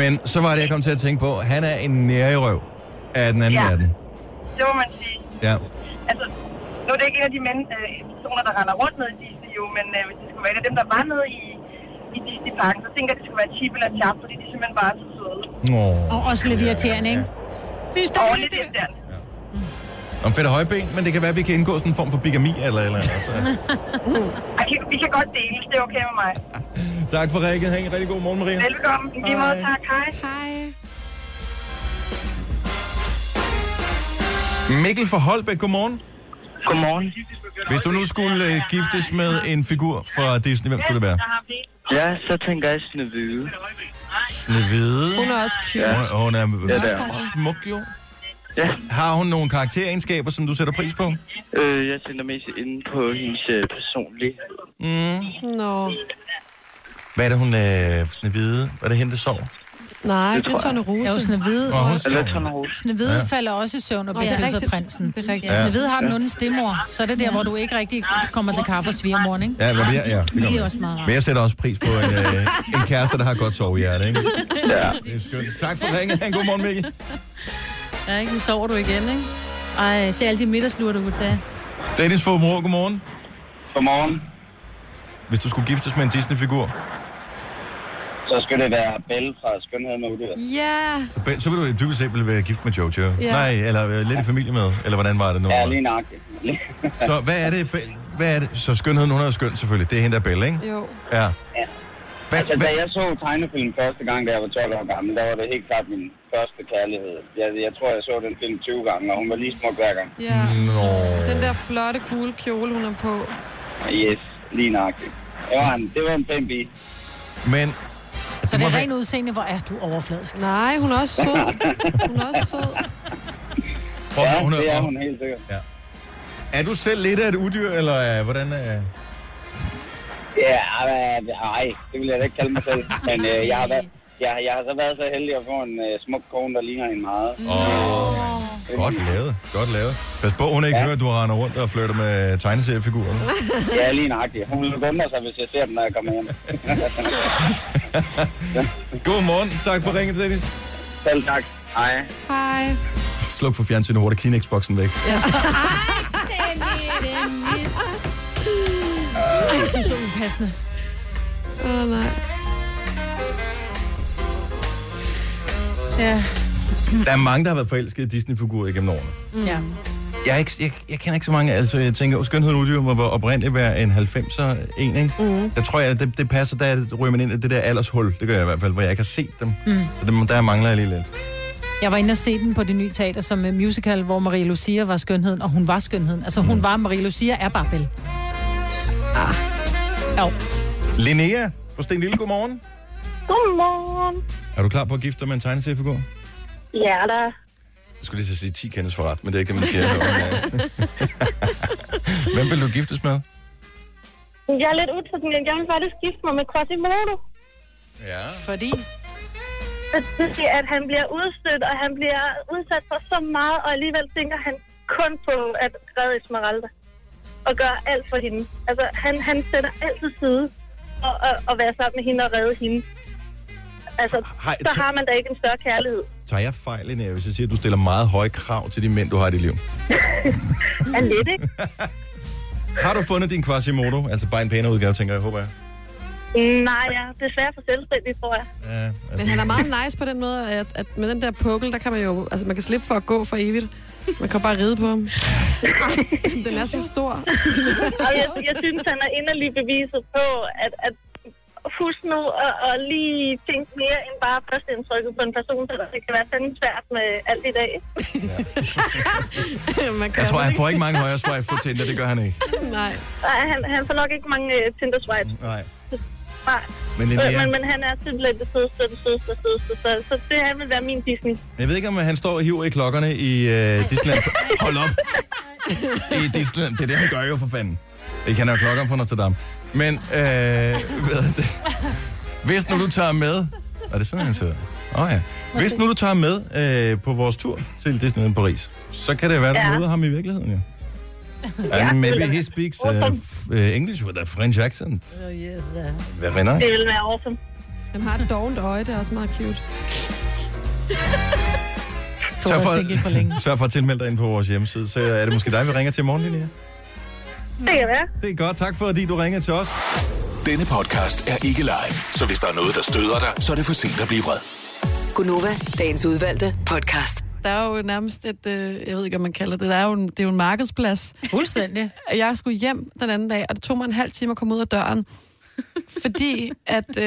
[SPEAKER 1] Men så var det, jeg kom til at tænke på, han er en nære i røv af den anden
[SPEAKER 8] Ja.
[SPEAKER 1] verden.
[SPEAKER 8] Det må man sige.
[SPEAKER 1] Ja.
[SPEAKER 8] Altså, nu er det ikke en af de men, øh, personer, der render rundt ned i Disney, jo, men øh, hvis det skulle være en af dem, der var nede i, i Disney-parken, så tænker jeg, at det skulle være Chip eller Chap, fordi de er simpelthen bare er så søde.
[SPEAKER 1] Nå.
[SPEAKER 4] Og også lidt irriterende, ikke?
[SPEAKER 8] Og lidt irriterende.
[SPEAKER 1] Om fedt og højben, men det kan være, at vi kan indgå sådan en form for bigami eller eller andet. altså. Så.
[SPEAKER 8] Ej, vi kan- vi kan godt dele, det er okay med mig.
[SPEAKER 1] tak for rækket. Ha' en rigtig god morgen, Maria.
[SPEAKER 8] Velkommen. I lige måde,
[SPEAKER 1] Hej.
[SPEAKER 8] tak. Hej.
[SPEAKER 3] Hej.
[SPEAKER 1] Mikkel fra Holbæk, godmorgen.
[SPEAKER 10] Godmorgen.
[SPEAKER 1] Hvis du nu skulle øh, giftes med en figur fra Disney, hvem skulle det være?
[SPEAKER 10] Ja, så tænker jeg Snevide.
[SPEAKER 1] Snevide.
[SPEAKER 3] Hun er også cute.
[SPEAKER 1] Hun, hun er
[SPEAKER 10] Ja, det er hun.
[SPEAKER 1] smuk, jo.
[SPEAKER 10] Ja,
[SPEAKER 1] Har hun nogle karakteregenskaber, som du sætter pris på?
[SPEAKER 10] øh, jeg tænker mest inde på hendes øh, personlige.
[SPEAKER 1] Mm.
[SPEAKER 3] Nå,
[SPEAKER 1] Hvad er det, hun øh, Snevide? Hvad er det hende, der sover?
[SPEAKER 3] nej,
[SPEAKER 10] Det
[SPEAKER 3] det
[SPEAKER 10] tror
[SPEAKER 3] er Tone
[SPEAKER 4] Jeg er jo
[SPEAKER 3] Rose.
[SPEAKER 4] Snevide.
[SPEAKER 1] Åh, hun
[SPEAKER 10] Eller
[SPEAKER 1] sover.
[SPEAKER 10] Tornerose.
[SPEAKER 4] Snevide ja. falder også i søvn og
[SPEAKER 3] det
[SPEAKER 4] bliver
[SPEAKER 3] er
[SPEAKER 4] kysset af
[SPEAKER 3] rigtigt.
[SPEAKER 4] prinsen.
[SPEAKER 3] Det er rigtigt.
[SPEAKER 4] Ja. Snevide har den onde stemor, så er det der, hvor du ikke rigtig kommer til kaffe og svigermorgen, ikke?
[SPEAKER 1] Ja, hvad bliver ja, det
[SPEAKER 2] Det er
[SPEAKER 1] kommer.
[SPEAKER 2] også meget rart.
[SPEAKER 1] Men jeg sætter også pris på en, øh, en kæreste, der har godt sovehjerte, ikke?
[SPEAKER 10] Ja.
[SPEAKER 1] Det er skønt. Tak for ringen. Ha' en god morgen, Mikkel.
[SPEAKER 2] Ja, ikke? Nu sover du igen, ikke? Ej, se alle de middagslure, du kunne tage.
[SPEAKER 1] Dennis fra Mor, godmorgen.
[SPEAKER 10] Godmorgen.
[SPEAKER 1] Hvis du skulle giftes med en Disney-figur,
[SPEAKER 10] Så skal det være Belle fra Skønheden og Udyr.
[SPEAKER 3] Ja,
[SPEAKER 1] så, be- så vil du dybest set ville være gift med Jojo.
[SPEAKER 3] Ja.
[SPEAKER 1] Nej, eller øh, lidt i familie med, eller hvordan var det nu?
[SPEAKER 10] Ja, lige nøjagtigt.
[SPEAKER 1] Så hvad er det? Be- hvad er det? Så skønheden, hun er jo skøn selvfølgelig. Det er hende, der er Belle, ikke?
[SPEAKER 3] jo.
[SPEAKER 1] Ja. Hvad,
[SPEAKER 10] Altså, da
[SPEAKER 1] hvad?
[SPEAKER 10] jeg så tegnefilm første gang, da jeg var 12 år gammel, der var det helt klart min første kærlighed. Jeg, jeg tror, jeg så den film 20 gange, og hun var lige smuk hver gang.
[SPEAKER 3] Ja.
[SPEAKER 1] Nå.
[SPEAKER 3] Den der flotte gule kjole, hun er på.
[SPEAKER 10] Yes, lige nøjagtigt. Det var en, det var en pæn bi.
[SPEAKER 1] Men...
[SPEAKER 4] Så det
[SPEAKER 1] må
[SPEAKER 4] er
[SPEAKER 1] være-
[SPEAKER 4] rent udseende, hvor er du overfladisk.
[SPEAKER 3] Nej, hun er også sød. Hun er også sød.
[SPEAKER 1] Prøv,
[SPEAKER 10] Ja,
[SPEAKER 1] ja, hun er,
[SPEAKER 10] det er hun
[SPEAKER 1] er,
[SPEAKER 10] helt sikkert.
[SPEAKER 1] er du selv lidt af et udyr, eller øh, hvordan... Øh?
[SPEAKER 10] Ja, men, nej, det vil jeg da ikke kalde mig selv. Men øh, jeg, har været, jeg, jeg har så været så heldig at få en øh, smuk kone, der ligner hende meget.
[SPEAKER 1] Åh, godt lavet, godt lavet. Pas på, hun ikke ja.
[SPEAKER 10] Ja.
[SPEAKER 1] hører, at du render rundt og flytter med tegneseriefigurer.
[SPEAKER 10] Ja, lige nøjagtigt. Hun lummer sig, hvis jeg ser dem, når jeg kommer hjem.
[SPEAKER 1] Godmorgen, tak for ringen, Dennis.
[SPEAKER 10] Selv tak. Hej.
[SPEAKER 3] Hej.
[SPEAKER 1] Sluk for fjernsynet hurtigt, Kleenex-boksen væk.
[SPEAKER 2] Dennis.
[SPEAKER 4] Det er så upassende.
[SPEAKER 3] Åh, oh, nej.
[SPEAKER 1] Der er mange, der har været forelskede i Disney-figurer igennem årene.
[SPEAKER 4] Ja.
[SPEAKER 1] Jeg, er ikke, jeg, jeg kender ikke så mange, altså jeg tænker, at skønheden uddyr må være oprindeligt være en 90'er en, ikke? Mm. Jeg tror, at det, det passer, der ryger man ind i det der aldershul, det gør jeg i hvert fald, hvor jeg ikke har set dem. Mm. Så dem, der mangler jeg lige lidt.
[SPEAKER 4] Jeg var inde og se den på det nye teater som øh, musical, hvor Maria Lucia var skønheden, og hun var skønheden. Altså hun var, Maria Lucia er bare Belle. Ah. Jo.
[SPEAKER 1] Linnea fra Sten Lille, godmorgen.
[SPEAKER 8] Godmorgen.
[SPEAKER 1] Er du klar på at gifte dig med en tegneseriefigur?
[SPEAKER 8] Ja, da.
[SPEAKER 1] Jeg skulle lige til at sige 10 kendes for ret, men det er ikke det, man siger. Hvem vil du giftes med?
[SPEAKER 8] Jeg er lidt utilsnit. Jeg vil faktisk skifte mig med Quasimodo.
[SPEAKER 1] Ja.
[SPEAKER 4] Fordi
[SPEAKER 8] Fordi at han bliver udstødt, og han bliver udsat for så meget, og alligevel tænker han kun på at redde Esmeralda. Og gøre alt for hende. Altså, han, han sætter alt til side og, og, og være sammen med hende og redde hende. Altså,
[SPEAKER 1] Hej,
[SPEAKER 8] så
[SPEAKER 1] t-
[SPEAKER 8] har man da ikke en større kærlighed.
[SPEAKER 1] Tager jeg fejl, Linnea, hvis jeg siger, at du stiller meget høje krav til de mænd, du har i dit liv? Mm.
[SPEAKER 8] Er lidt, ikke?
[SPEAKER 1] Har du fundet din Quasimodo? Altså bare en pænere udgave, tænker jeg, håber jeg.
[SPEAKER 8] Nej, jeg er desværre for selvstændig, tror jeg.
[SPEAKER 1] Ja, altså,
[SPEAKER 3] Men han er meget nice på den måde, at, at med den der pukkel, der kan man jo... Altså, man kan slippe for at gå for evigt. Man kan bare ride på ham. den er så stor.
[SPEAKER 8] Og jeg, jeg synes, han er inderlig beviset på, at, at husk nu at, at lige tænke mere end bare førsteindtrykket på en person, så det kan være fandme svært med alt i dag.
[SPEAKER 3] man
[SPEAKER 1] Jeg tror, han får ikke mange højere swipe på Tinder, det gør han ikke.
[SPEAKER 3] Nej.
[SPEAKER 8] Nej, han, han får nok ikke mange uh, tinder swipes.
[SPEAKER 1] Nej.
[SPEAKER 8] Nej.
[SPEAKER 1] Men
[SPEAKER 8] Men,
[SPEAKER 1] Linnea-
[SPEAKER 8] men, men han er simpelthen det sødeste, det sødeste, det sødeste. Så, så det her vil være min Disney.
[SPEAKER 1] Jeg ved ikke, om han står og hiver i klokkerne i øh, Disneyland. Hold op. I Disneyland. Det er det, han gør jo for fanden. Ikke, han er jo klokkeren fra Notre Dame. Men, øh, ved det. Hvis nu du tager med... Er det sådan, han sidder? Åh oh, ja. Hvis nu du tager med øh, på vores tur til Disneyland Paris, så kan det være, at du
[SPEAKER 8] Ja.
[SPEAKER 1] møder ham i virkeligheden, jo.
[SPEAKER 8] Ja.
[SPEAKER 1] And maybe he speaks uh, f- uh, English with a French accent.
[SPEAKER 2] Oh, yes,
[SPEAKER 1] Hvad rinder?
[SPEAKER 8] Det vil være awesome.
[SPEAKER 3] Han har et dovent øje, det er også meget cute.
[SPEAKER 1] Sørg
[SPEAKER 4] været single for længe.
[SPEAKER 1] for, sørg for at tilmelde dig ind på vores hjemmeside, så er det måske dig, vi ringer til i morgen, Linnea.
[SPEAKER 8] Det kan være.
[SPEAKER 1] Det er godt. Tak fordi du ringede til os.
[SPEAKER 7] Denne podcast er ikke live, så hvis der er noget, der støder dig, så er det for sent at blive vred.
[SPEAKER 6] Gunova, dagens udvalgte podcast.
[SPEAKER 3] Der er jo nærmest et, øh, jeg ved ikke, om man kalder det, der er jo en, det er jo en markedsplads.
[SPEAKER 4] Fuldstændig.
[SPEAKER 3] Jeg skulle hjem den anden dag, og det tog mig en halv time at komme ud af døren. Fordi at øh,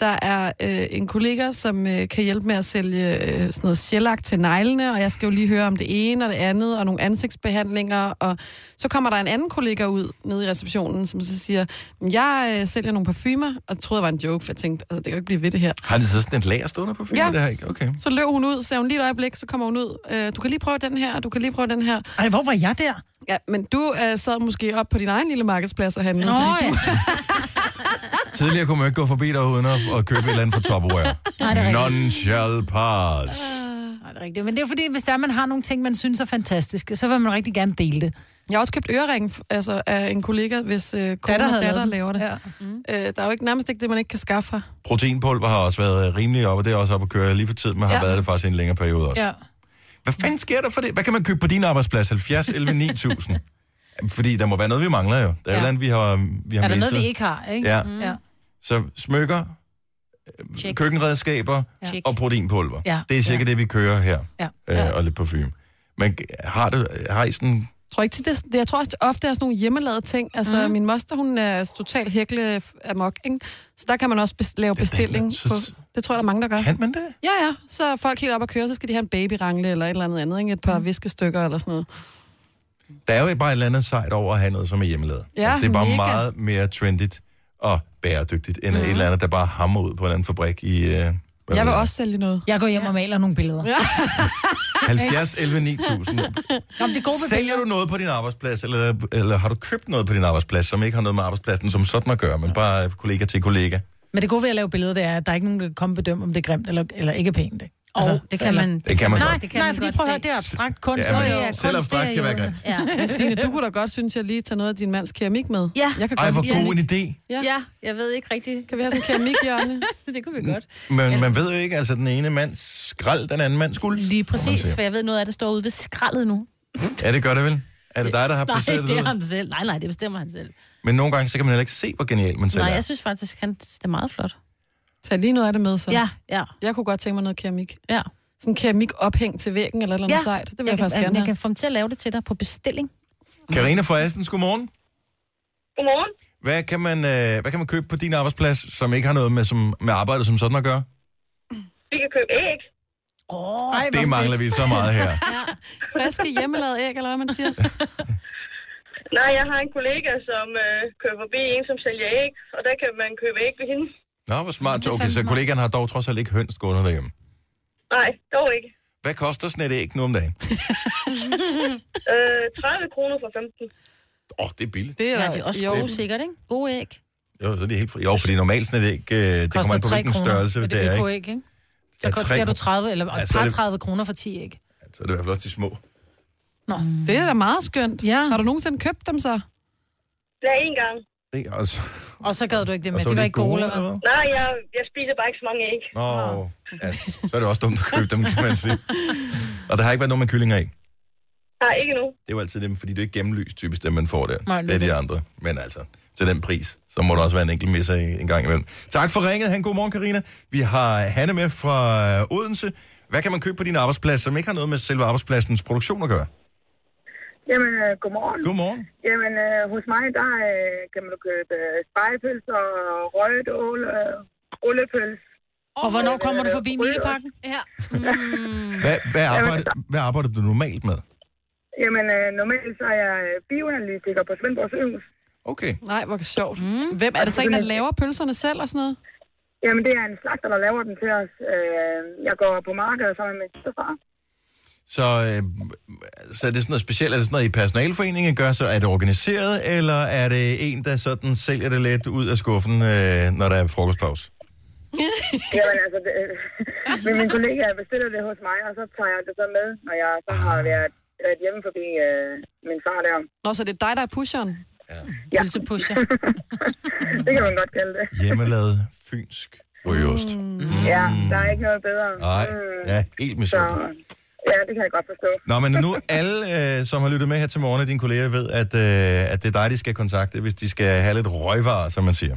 [SPEAKER 3] der er øh, en kollega, som øh, kan hjælpe med at sælge øh, sådan noget sjælak til neglene, og jeg skal jo lige høre om det ene og det andet, og nogle ansigtsbehandlinger, og så kommer der en anden kollega ud nede i receptionen, som så siger, "Men jeg øh, sælger nogle parfumer, og det troede jeg var en joke, for jeg tænkte, altså det kan jo ikke blive ved det her.
[SPEAKER 1] Har det så sådan et lager stående på filmen?
[SPEAKER 3] Ja.
[SPEAKER 1] Det her, ikke? Okay.
[SPEAKER 3] Så løb hun ud, sagde hun lige et øjeblik, så kommer hun ud. Øh, du kan lige prøve den her, og du kan lige prøve den her.
[SPEAKER 4] Ej, hvor var jeg der?
[SPEAKER 3] Ja, men du øh, sad måske op på din egen lille markedsplads og handlede.
[SPEAKER 4] Nå,
[SPEAKER 3] fordi
[SPEAKER 4] ja.
[SPEAKER 3] du-
[SPEAKER 1] Tidligere kunne man jo ikke gå forbi dig uden at, at købe et eller andet fra Tupperware.
[SPEAKER 4] det er rigtigt.
[SPEAKER 1] None shall pass.
[SPEAKER 4] Nej, det er rigtigt. Men det er fordi, hvis der man har nogle ting, man synes er fantastiske, så vil man rigtig gerne dele det.
[SPEAKER 3] Jeg har også købt ørering altså, af en kollega, hvis øh, kone datter
[SPEAKER 4] Datter
[SPEAKER 3] og
[SPEAKER 4] havde lavet
[SPEAKER 3] datter
[SPEAKER 4] den.
[SPEAKER 3] laver det.
[SPEAKER 4] Ja.
[SPEAKER 3] Øh, der er jo ikke, nærmest ikke det, man ikke kan skaffe her.
[SPEAKER 1] Proteinpulver har også været øh, rimelig op, og det er også op at køre lige for tiden, men har ja.
[SPEAKER 3] Ja.
[SPEAKER 1] været det faktisk i en længere periode også. Ja.
[SPEAKER 4] Ja.
[SPEAKER 1] Hvad fanden sker der for det? Hvad kan man købe på din arbejdsplads? 70, 11, 9000? Fordi der må være noget, vi mangler jo. Der er ja. et eller andet, vi har, vi har
[SPEAKER 4] Er der noget,
[SPEAKER 1] misset.
[SPEAKER 4] vi ikke har, ikke?
[SPEAKER 1] Ja.
[SPEAKER 4] Ja.
[SPEAKER 1] Så smykker, øh,
[SPEAKER 2] Mm. Check.
[SPEAKER 1] køkkenredskaber
[SPEAKER 4] Ja.
[SPEAKER 1] ja. og proteinpulver.
[SPEAKER 4] Ja.
[SPEAKER 1] Det er cirka
[SPEAKER 4] Ja.
[SPEAKER 1] det, vi kører her.
[SPEAKER 4] Ja.
[SPEAKER 1] Øh, og lidt parfume. Men har, du, har I sådan
[SPEAKER 3] Jeg tror, ikke, det, er- det, jeg tror også, det ofte er sådan nogle hjemmelavede ting. Altså, mm. min moster, hun er totalt hækle amok, ikke? Så der kan man også bes- lave
[SPEAKER 1] Ja, det er
[SPEAKER 3] bestilling.
[SPEAKER 1] klart. Så-
[SPEAKER 3] på. Det tror jeg, der er mange, der gør.
[SPEAKER 1] Kan man det?
[SPEAKER 3] Ja, ja. Så er folk helt op at køre, så skal de have en babyrangle eller et eller andet andet, ikke? Et par viskestykker eller sådan noget.
[SPEAKER 1] Der er jo bare et eller andet sejt over at have noget, som er hjemmelavet. Altså,
[SPEAKER 3] Ja,
[SPEAKER 1] det er bare
[SPEAKER 3] mega.
[SPEAKER 1] meget mere trendigt og bæredygtigt, end mm-hmm. et eller andet, der bare hammer ud på en eller anden fabrik i... Øh, hvad ved
[SPEAKER 3] Jeg vil også sælge noget.
[SPEAKER 4] Jeg går hjem og maler nogle billeder. Ja.
[SPEAKER 1] 70, 11, 9000.
[SPEAKER 4] Nå, men det er gode
[SPEAKER 1] Sælger du noget på din arbejdsplads, eller, eller har du købt noget på din arbejdsplads, som ikke har noget med arbejdspladsen som sådan at gøre, men bare kollega til kollega?
[SPEAKER 4] Men det gode ved at lave billeder, det er, at der er ikke nogen, der kan komme og bedømme, om det er grimt eller, eller ikke er pænt. Ikke?
[SPEAKER 2] Altså, det kan
[SPEAKER 4] eller-
[SPEAKER 2] man,
[SPEAKER 1] Det kan man
[SPEAKER 2] nej,
[SPEAKER 1] godt.
[SPEAKER 2] det kan
[SPEAKER 4] Nej,
[SPEAKER 2] man
[SPEAKER 4] fordi
[SPEAKER 2] godt
[SPEAKER 4] prøv at høre,
[SPEAKER 2] se.
[SPEAKER 4] det er abstrakt kunst.
[SPEAKER 1] Ja,
[SPEAKER 4] Ja,
[SPEAKER 1] men
[SPEAKER 4] det er
[SPEAKER 1] selv
[SPEAKER 4] kunst, det
[SPEAKER 1] abstrakt
[SPEAKER 4] er
[SPEAKER 1] kan være
[SPEAKER 4] jo-
[SPEAKER 1] grimt.
[SPEAKER 2] Ja.
[SPEAKER 3] Men Signe, du kunne da godt synes, jeg lige tager noget af din mands keramik med.
[SPEAKER 2] Ja.
[SPEAKER 3] Jeg kan
[SPEAKER 1] Ej,
[SPEAKER 3] godt
[SPEAKER 1] hvor
[SPEAKER 3] lide
[SPEAKER 1] god en
[SPEAKER 3] keramik.
[SPEAKER 1] idé.
[SPEAKER 2] ja, jeg ved ikke rigtigt.
[SPEAKER 3] Kan vi have sådan en keramikhjørne?
[SPEAKER 2] det kunne vi godt.
[SPEAKER 1] Men man ved jo ikke, altså den ene mand skrald, den anden mand skuld.
[SPEAKER 2] Lige præcis,
[SPEAKER 1] siger.
[SPEAKER 2] for jeg ved noget af det står ude ved skraldet nu.
[SPEAKER 1] Ja, det gør det vel? Er det dig, der har
[SPEAKER 2] Nej,
[SPEAKER 1] placeret det?
[SPEAKER 2] det er
[SPEAKER 1] derude?
[SPEAKER 2] ham selv. Nej, nej, det bestemmer han selv.
[SPEAKER 1] Men nogle gange, så kan man heller ikke se, hvor genial man selv
[SPEAKER 2] Nej,
[SPEAKER 1] er.
[SPEAKER 2] jeg synes faktisk, han det er meget flot.
[SPEAKER 3] Tag lige noget af det med, så.
[SPEAKER 2] Ja, ja,
[SPEAKER 3] Jeg kunne godt tænke mig noget keramik.
[SPEAKER 2] ja.
[SPEAKER 3] Sådan en keramikophæng til væggen eller et eller andet
[SPEAKER 2] ja.
[SPEAKER 3] sejt. Det vil jeg, jeg
[SPEAKER 2] kan,
[SPEAKER 3] faktisk gerne
[SPEAKER 2] Jeg
[SPEAKER 3] have.
[SPEAKER 2] kan få dem til at lave det til dig på bestilling.
[SPEAKER 1] Karina fra Assens, godmorgen.
[SPEAKER 8] Godmorgen.
[SPEAKER 1] Hvad kan, man, øh, hvad kan man købe på din arbejdsplads, som ikke har noget med, som, med arbejdet som sådan at gøre?
[SPEAKER 8] Vi kan købe æg.
[SPEAKER 4] Åh, ej, hvor
[SPEAKER 1] Det mangler vi så meget her.
[SPEAKER 3] Friske hjemmelavede æg, eller hvad man siger.
[SPEAKER 8] Nej, jeg har en kollega, som øh, kører forbi en, som sælger æg, og der kan man købe æg ved hende.
[SPEAKER 1] Nå, hvor smart. Okay, så kollegaen har dog trods alt ikke høns gående derhjemme.
[SPEAKER 8] Nej, dog ikke.
[SPEAKER 1] Hvad koster sådan et æg nu om dagen?
[SPEAKER 8] Øh, 30 kroner for 15.
[SPEAKER 1] Åh, oh, det er billigt.
[SPEAKER 3] Det er,
[SPEAKER 2] Ja, det er også
[SPEAKER 3] jo.
[SPEAKER 2] gode, sikkert, ikke? Gode æg.
[SPEAKER 1] Jo, så er det helt... fri. jo fordi normalt sådan et æg, øh, det
[SPEAKER 4] fedt.
[SPEAKER 1] kommer an på,
[SPEAKER 4] Koster tre
[SPEAKER 1] hvilken
[SPEAKER 4] kroner,
[SPEAKER 1] størrelse
[SPEAKER 4] men
[SPEAKER 1] det er, ikke?
[SPEAKER 4] Det ikke, ikke?
[SPEAKER 1] Ja,
[SPEAKER 4] Der koster
[SPEAKER 1] tre
[SPEAKER 4] ja, du
[SPEAKER 1] kroner.
[SPEAKER 4] 30 eller
[SPEAKER 1] Ja,
[SPEAKER 4] ja,
[SPEAKER 1] så er det-
[SPEAKER 4] 30 kroner for 10 æg.
[SPEAKER 1] Så er det i hvert fald også de små.
[SPEAKER 4] Nå.
[SPEAKER 3] det er da meget skønt.
[SPEAKER 4] Ja.
[SPEAKER 3] Har du nogensinde købt dem så?
[SPEAKER 8] Der er en gang.
[SPEAKER 1] Det er altså...
[SPEAKER 4] Og så gad du ikke det
[SPEAKER 1] Og
[SPEAKER 4] med.
[SPEAKER 1] så
[SPEAKER 4] De
[SPEAKER 1] var
[SPEAKER 4] var
[SPEAKER 1] de
[SPEAKER 4] ikke gode,
[SPEAKER 1] gode,
[SPEAKER 4] eller hvad?
[SPEAKER 8] Nej, jeg, jeg spiser bare ikke så mange æg.
[SPEAKER 1] Nå, ja, så er det også dumt at købe dem, kan man sige. Og der har ikke været nogen med kyllinger i.
[SPEAKER 8] Nej, ikke nu.
[SPEAKER 1] Det er jo altid dem, fordi det er ikke gennemlyst typisk dem, man får der.
[SPEAKER 8] Nej,
[SPEAKER 1] det er de andre. Men altså, til den pris, så må der også være en enkelt misser i- en gang imellem. Tak for ringet. Han, god morgen, Karina. Vi har Hanne med fra øh, Odense. Hvad kan man købe på din arbejdsplads, som ikke har noget med selve arbejdspladsens produktion at gøre?
[SPEAKER 11] Jamen, øh, godmorgen.
[SPEAKER 1] Godmorgen.
[SPEAKER 11] Jamen, øh, hos mig, der øh, kan man købe øh, spejepølser, røget ål, øh, olepøls.
[SPEAKER 4] Og hvornår kommer du forbi Mileparken?
[SPEAKER 11] Ja.
[SPEAKER 1] Hvad, hvad, arbejder, hvad arbejder du normalt med?
[SPEAKER 11] Jamen, øh, normalt så er jeg øh, bioanalytiker på Svendborg Sygehus.
[SPEAKER 1] Okay.
[SPEAKER 3] Nej, hvor sjovt. Mm. Hvem er det så en, der laver pølserne selv og sådan noget?
[SPEAKER 11] Jamen, det er en slagter, der laver den til os. Øh, jeg går på markedet sammen med min søsterfar.
[SPEAKER 1] Så, øh, så er det sådan noget specielt? Er det sådan noget, I personalforeningen gør? Så er det organiseret, eller er det en, der sådan sælger det lidt ud af skuffen, øh, når der er frokostpause?
[SPEAKER 11] Jamen, altså, det, øh, men min kollega bestiller det hos mig, og så tager jeg det så med, når jeg så har været, været hjemme forbi øh, min far der.
[SPEAKER 3] Nå, så det er dig, der er pusheren?
[SPEAKER 11] Ja.
[SPEAKER 4] Pølsepusher.
[SPEAKER 11] det kan man godt kalde det.
[SPEAKER 1] Hjemmelavet fynsk røgeost.
[SPEAKER 11] Mm. Ja, der er ikke noget bedre.
[SPEAKER 1] Nej, ja, helt med
[SPEAKER 11] Mm. Så, ja, det kan jeg godt forstå.
[SPEAKER 1] Nå, men nu alle, øh, som har lyttet med her til morgen, og dine kolleger ved, at, øh, at det er dig, de skal kontakte, hvis de skal have lidt røgvarer, som man siger.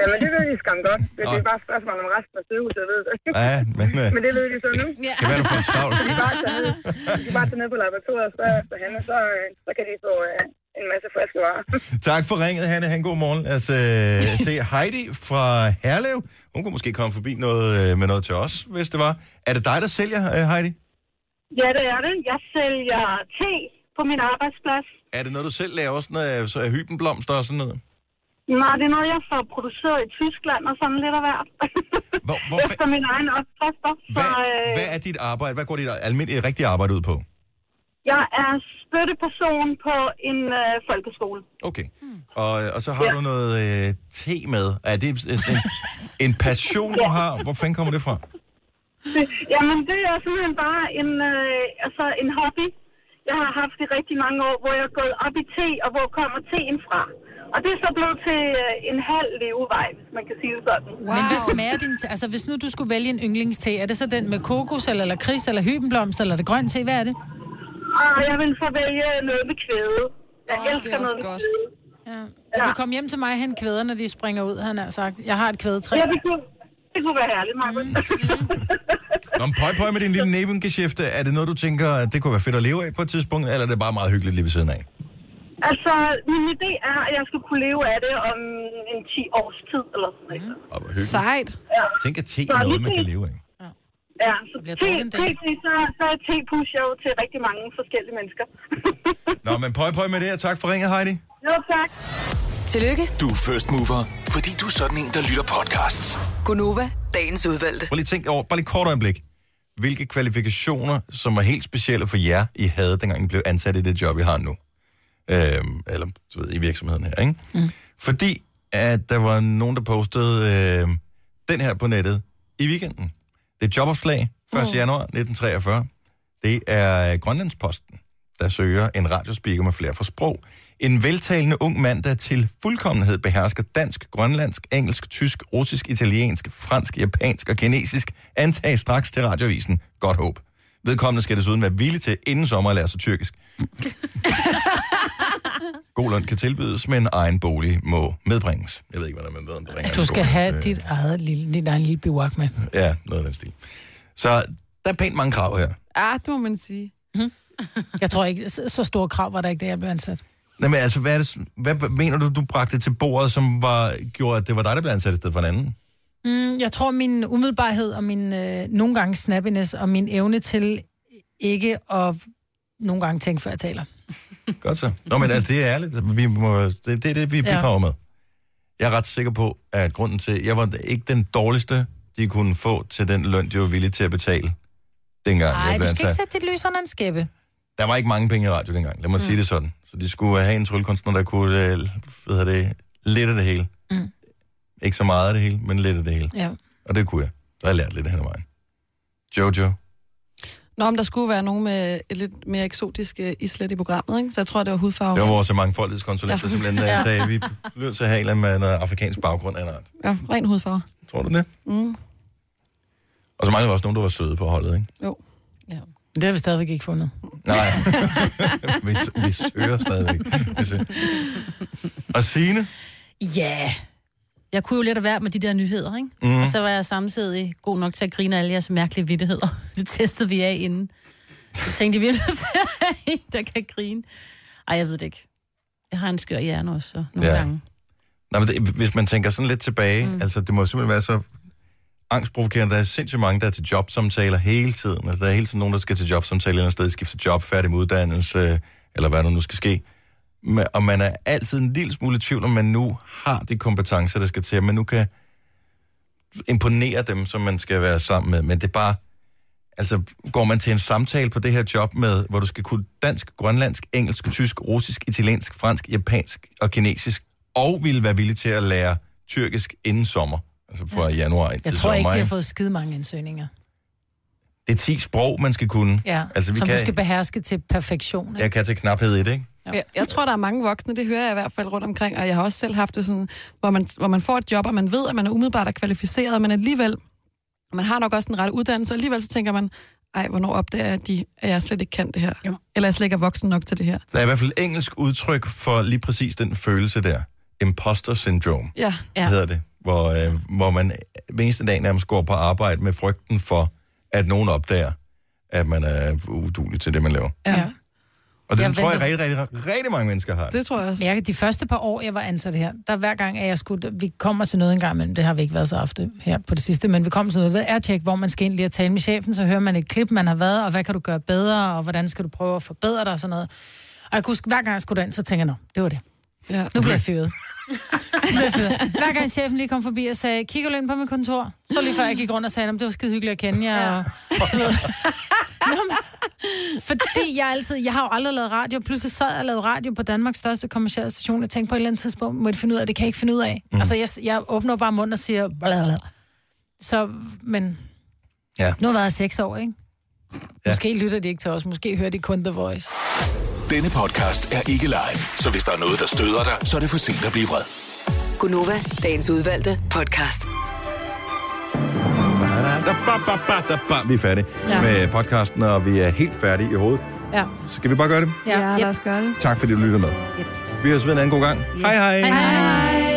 [SPEAKER 11] Ja, men det ved de skam godt. Det, det er bare et spørgsmål om resten af sygehuset, ved det.
[SPEAKER 1] Ja, men, øh,
[SPEAKER 11] men det ved de så nu.
[SPEAKER 1] Ja. Kan være, du får en travl.
[SPEAKER 11] De kan bare tage ned, de kan bare tage ned på laboratoriet og spørge efter hende, så, øh, så kan de få øh, en masse friske varer.
[SPEAKER 1] Tak for ringet, Hanne. Han, god morgen. Altså, se Heidi fra Herlev. Hun kunne måske komme forbi noget, øh, med noget til os, hvis det var. Er det dig, der sælger, øh, Heidi?
[SPEAKER 12] Ja, det er det. Jeg sælger te på min arbejdsplads.
[SPEAKER 1] Er det noget, du selv laver, sådan noget, så er hybenblomster og sådan noget?
[SPEAKER 12] Nej, det er noget, jeg får produceret i Tyskland og sådan lidt af hvert.
[SPEAKER 1] Hvor,
[SPEAKER 12] Efter min egen opfrister. Så øh,
[SPEAKER 1] Hvad er dit arbejde? Hvad går dit almindelige, rigtige arbejde ud på?
[SPEAKER 12] jeg er støtteperson på en øh, folkeskole.
[SPEAKER 1] Okay. Og, øh, og så har ja. du noget øh, te med. Er det øh, sådan en, en passion, du har? Hvor fanden kommer det fra?
[SPEAKER 12] Det- Jamen, det er simpelthen bare en, øh, altså en hobby, jeg har haft i rigtig mange år, hvor jeg er gået øh, op i te, og hvor kommer teen fra. Og det er så blevet til øh, en halv levevej, hvis man kan sige det sådan.
[SPEAKER 4] Wow. Men hvad smager din... te- Altså, hvis nu du skulle vælge en yndlingste, er det så den med kokos, eller, eller kris, eller hybenblomst, eller er det grønt te? Hvad er det?
[SPEAKER 12] Og jeg vil så vælge noget med kvæde. Jeg
[SPEAKER 4] Åh, det er
[SPEAKER 12] elsker
[SPEAKER 4] også
[SPEAKER 12] noget med
[SPEAKER 4] godt.
[SPEAKER 12] kvæde.
[SPEAKER 4] Du kan komme hjem til mig og hente kvæder, når de springer ud, han har sagt. Jeg har et kvædetræ.
[SPEAKER 12] Ja, det kunne, det kunne være herligt, Margot.
[SPEAKER 1] Nå, men pøj, pøj med din lille nebengeschæfte. Er det noget, du tænker, at det kunne være fedt at leve af på et tidspunkt, eller er det bare meget hyggeligt lige ved siden af?
[SPEAKER 12] Altså, min idé er, at jeg skal kunne leve af det om en 10 års tid, eller sådan noget.
[SPEAKER 3] Sejt.
[SPEAKER 12] Ja.
[SPEAKER 1] Tænk, at te
[SPEAKER 12] Så
[SPEAKER 1] er noget,
[SPEAKER 12] lige
[SPEAKER 1] man kan
[SPEAKER 12] te-
[SPEAKER 1] leve af.
[SPEAKER 12] Ja, så te, te, så, så er te-push jo til rigtig mange
[SPEAKER 2] Mm.
[SPEAKER 12] forskellige mennesker.
[SPEAKER 1] Nå, men pøj, pøj med det, og tak for ringet, Heidi.
[SPEAKER 12] Jo, tak.
[SPEAKER 6] Tillykke.
[SPEAKER 7] Du er first mover, fordi du er sådan en, der lytter podcasts.
[SPEAKER 6] Gunova, dagens udvalgte.
[SPEAKER 1] Prøv lige at tænke over, bare lige et kort øjeblik. Hvilke kvalifikationer, som var helt specielle for jer, I havde, dengang I blev ansat i det job, I har nu? Øhm, eller, du ved, i virksomheden her, ikke? Mm. Fordi, at der var nogen, der postede øh, den her på nettet i weekenden. Det er et jobopslag, 1. Mm. januar 1943. Det er Grønlandsposten, der søger en radiospeaker med flere for sprog. En veltalende ung mand, der til fuldkommenhed behersker dansk, grønlandsk, engelsk, tysk, russisk, italiensk, fransk, japansk og kinesisk, antages straks til radioavisen. Godt håb. Vedkommende skal desuden være villig til inden sommer at lære sig tyrkisk. God løn kan tilbydes, men egen bolig må medbringes. Jeg ved ikke, hvordan man medbringer.
[SPEAKER 4] Du skal
[SPEAKER 1] øh,
[SPEAKER 4] have dit eget lille, din egen lille biwak med.
[SPEAKER 1] Ja, noget af den stil. Så der er pænt mange krav her.
[SPEAKER 4] Ah, det må man sige. Jeg tror ikke, så så store krav var der ikke, da jeg blev ansat.
[SPEAKER 1] Nej, men altså, hvad, er det, s- hvad hvad mener du, du bragte til bordet, som var, gjorde, at det var dig, der blev ansat i stedet for en anden?
[SPEAKER 4] Mm, jeg tror, min umiddelbarhed og min øh, nogle gange snappiness og min evne til ikke at nogle gange tænke, før jeg taler.
[SPEAKER 1] Godt så. Nå, men altså, det er ærligt. Vi må, det, det er det, vi
[SPEAKER 4] Ja.
[SPEAKER 1] bidrager ja. med. Jeg er ret sikker på, at grunden til... Jeg var ikke den dårligste, de kunne få til den løn, de var villige til at betale, dengang
[SPEAKER 4] Nej,
[SPEAKER 1] jeg
[SPEAKER 4] du
[SPEAKER 1] blev
[SPEAKER 4] skal ikke
[SPEAKER 1] ansat.
[SPEAKER 4] sætte dit lys under en skæppe.
[SPEAKER 1] Der var ikke mange penge i radio dengang, lad mig mm. sige det sådan. Så de skulle have en tryllekunstner, der kunne, øh, hvad hedder det, lidt af det hele. Mm. Ikke så meget af det hele, men lidt af det hele.
[SPEAKER 4] Ja.
[SPEAKER 1] Og det kunne jeg. Så har jeg lært lidt hen ad vejen. Jojo.
[SPEAKER 3] Nå, men der skulle være nogen med et lidt mere eksotisk øh, islet i programmet, ikke? Så jeg tror, det var hudfarve.
[SPEAKER 1] Det var vores mangfoldighedskonsulent, der
[SPEAKER 3] Ja.
[SPEAKER 1] simpelthen ja.
[SPEAKER 3] Ja.
[SPEAKER 1] sagde, at vi bliver til at have en eller anden med noget afrikansk baggrund af en art.
[SPEAKER 3] Ja, ren hudfarve.
[SPEAKER 1] Tror du det?
[SPEAKER 3] Mm.
[SPEAKER 1] Og så mangler der også nogen, der var søde på holdet, ikke?
[SPEAKER 4] Men det har vi stadigvæk ikke fundet.
[SPEAKER 1] Nej. vi, vi søger stadigvæk. Vi søger. Og Signe?
[SPEAKER 2] Ja. Yeah. Jeg kunne jo lidt af være med de der nyheder, ikke?
[SPEAKER 1] Mhm.
[SPEAKER 2] Mm. Og så var jeg samtidig god nok til at grine af alle jeres mærkelige vittigheder. Det testede vi af inden. Jeg tænkte, vi er nødt til at have en, der kan grine. Ej, jeg ved det ikke. Jeg har en skør hjerne også, så nogle
[SPEAKER 1] Ja.
[SPEAKER 2] ja. gange.
[SPEAKER 1] Nej, men det, hvis man tænker sådan lidt tilbage, mm. altså det må simpelthen være så angstprovokerende. Der er sindssygt mange, der er til jobsamtaler hele tiden. Altså, der er hele tiden nogen, der skal til jobsamtaler et eller andet sted, skifte job, færdig med uddannelse, eller hvad der nu skal ske. Men- Og man er altid en lille smule i tvivl, om man nu har de kompetencer, der skal til, at man nu kan imponere dem, som man skal være sammen med. Men det er bare, altså går man til en samtale på det her job med, hvor du skal kunne dansk, grønlandsk, engelsk, tysk, russisk, italiensk, fransk, japansk og kinesisk, og ville være villig til at lære tyrkisk inden sommer, altså fra ja. januar til
[SPEAKER 4] Jeg tror
[SPEAKER 1] sommer.
[SPEAKER 4] ikke, de har
[SPEAKER 1] ikke?
[SPEAKER 4] fået skide mange ansøgninger.
[SPEAKER 1] Det er 10 sprog, man skal kunne.
[SPEAKER 4] Ja,
[SPEAKER 1] altså, vi
[SPEAKER 4] som
[SPEAKER 1] kan,
[SPEAKER 4] du skal beherske til perfektion. Ikke?
[SPEAKER 1] Jeg kan til knaphed i det, ikke?
[SPEAKER 3] Jeg, jeg tror, der er mange voksne, det hører jeg i hvert fald rundt omkring, og jeg har også selv haft det sådan, hvor man, hvor man får et job, og man ved, at man er umiddelbart er kvalificeret, men alligevel, man har nok også den rette uddannelse, og alligevel så tænker man, ej, hvornår opdager jeg, at de, at jeg slet ikke kan det her? Jo. Eller jeg slet ikke er voksen nok til det her?
[SPEAKER 1] Der er i hvert fald et engelsk udtryk for lige præcis den følelse der. Imposter syndrome.
[SPEAKER 3] Ja.
[SPEAKER 1] ja. hedder det, hvor, øh, hvor man hver eneste dag nærmest går på arbejde med frygten for, at nogen opdager, at man er udulig til det, man laver.
[SPEAKER 4] Ja.
[SPEAKER 1] Og det
[SPEAKER 4] Jeg
[SPEAKER 1] jeg tror jeg,
[SPEAKER 4] venter-
[SPEAKER 1] rigtig, rigtig, rigtig mange mennesker har. Det...
[SPEAKER 3] Det tror jeg også.
[SPEAKER 4] Men jeg, de første par år, jeg var ansat her, der hver gang, at jeg skulle, vi kommer til noget en gang imellem, det har vi ikke været så ofte her på det sidste, men vi kommer til noget, der er tjek, hvor man skal ind lige at tale med chefen, så hører man et klip, man har været, og hvad kan du gøre bedre, og hvordan skal du prøve at forbedre dig og sådan noget. Og jeg kunne, huske, hver gang jeg skulle derind, så tænker jeg, nå, det var det.
[SPEAKER 3] Ja.
[SPEAKER 4] Nu bliver jeg fyret. Nu bliver jeg fyret. Hver gang chefen lige kom forbi og sagde, kigger du ind på mit kontor? Så lige før jeg gik rundt og sagde, "Nå, men det var skide hyggeligt at kende jer. Ja. Nå, men, fordi jeg altid, jeg har jo aldrig lavet radio, pludselig sad jeg og lavede radio på Danmarks største kommercielle station, og tænkte på et eller andet tidspunkt, må jeg finde ud af, det kan jeg ikke finde ud af. Mm. Altså, jeg, jeg åbner bare munden og siger, blablabla. Så, men...
[SPEAKER 1] Ja.
[SPEAKER 4] Nu har jeg været seks år, ikke? Ja. Måske lytter de ikke til os, måske hører de kun The Voice.
[SPEAKER 7] Denne podcast er ikke live, så hvis der er noget, der støder dig, så er det for sent at blive vred.
[SPEAKER 6] Gunova, dagens udvalgte podcast.
[SPEAKER 1] Vi er færdige ja.
[SPEAKER 6] Ja.
[SPEAKER 1] med podcasten, og vi er helt færdige i hovedet.
[SPEAKER 2] Ja.
[SPEAKER 1] Skal vi bare gøre det?
[SPEAKER 2] Ja, ja lad os gøre det.
[SPEAKER 1] Tak fordi du lyttede med.
[SPEAKER 2] Jeps.
[SPEAKER 1] Vi høres ved en anden god gang. Hej hej.
[SPEAKER 2] Hej, hej.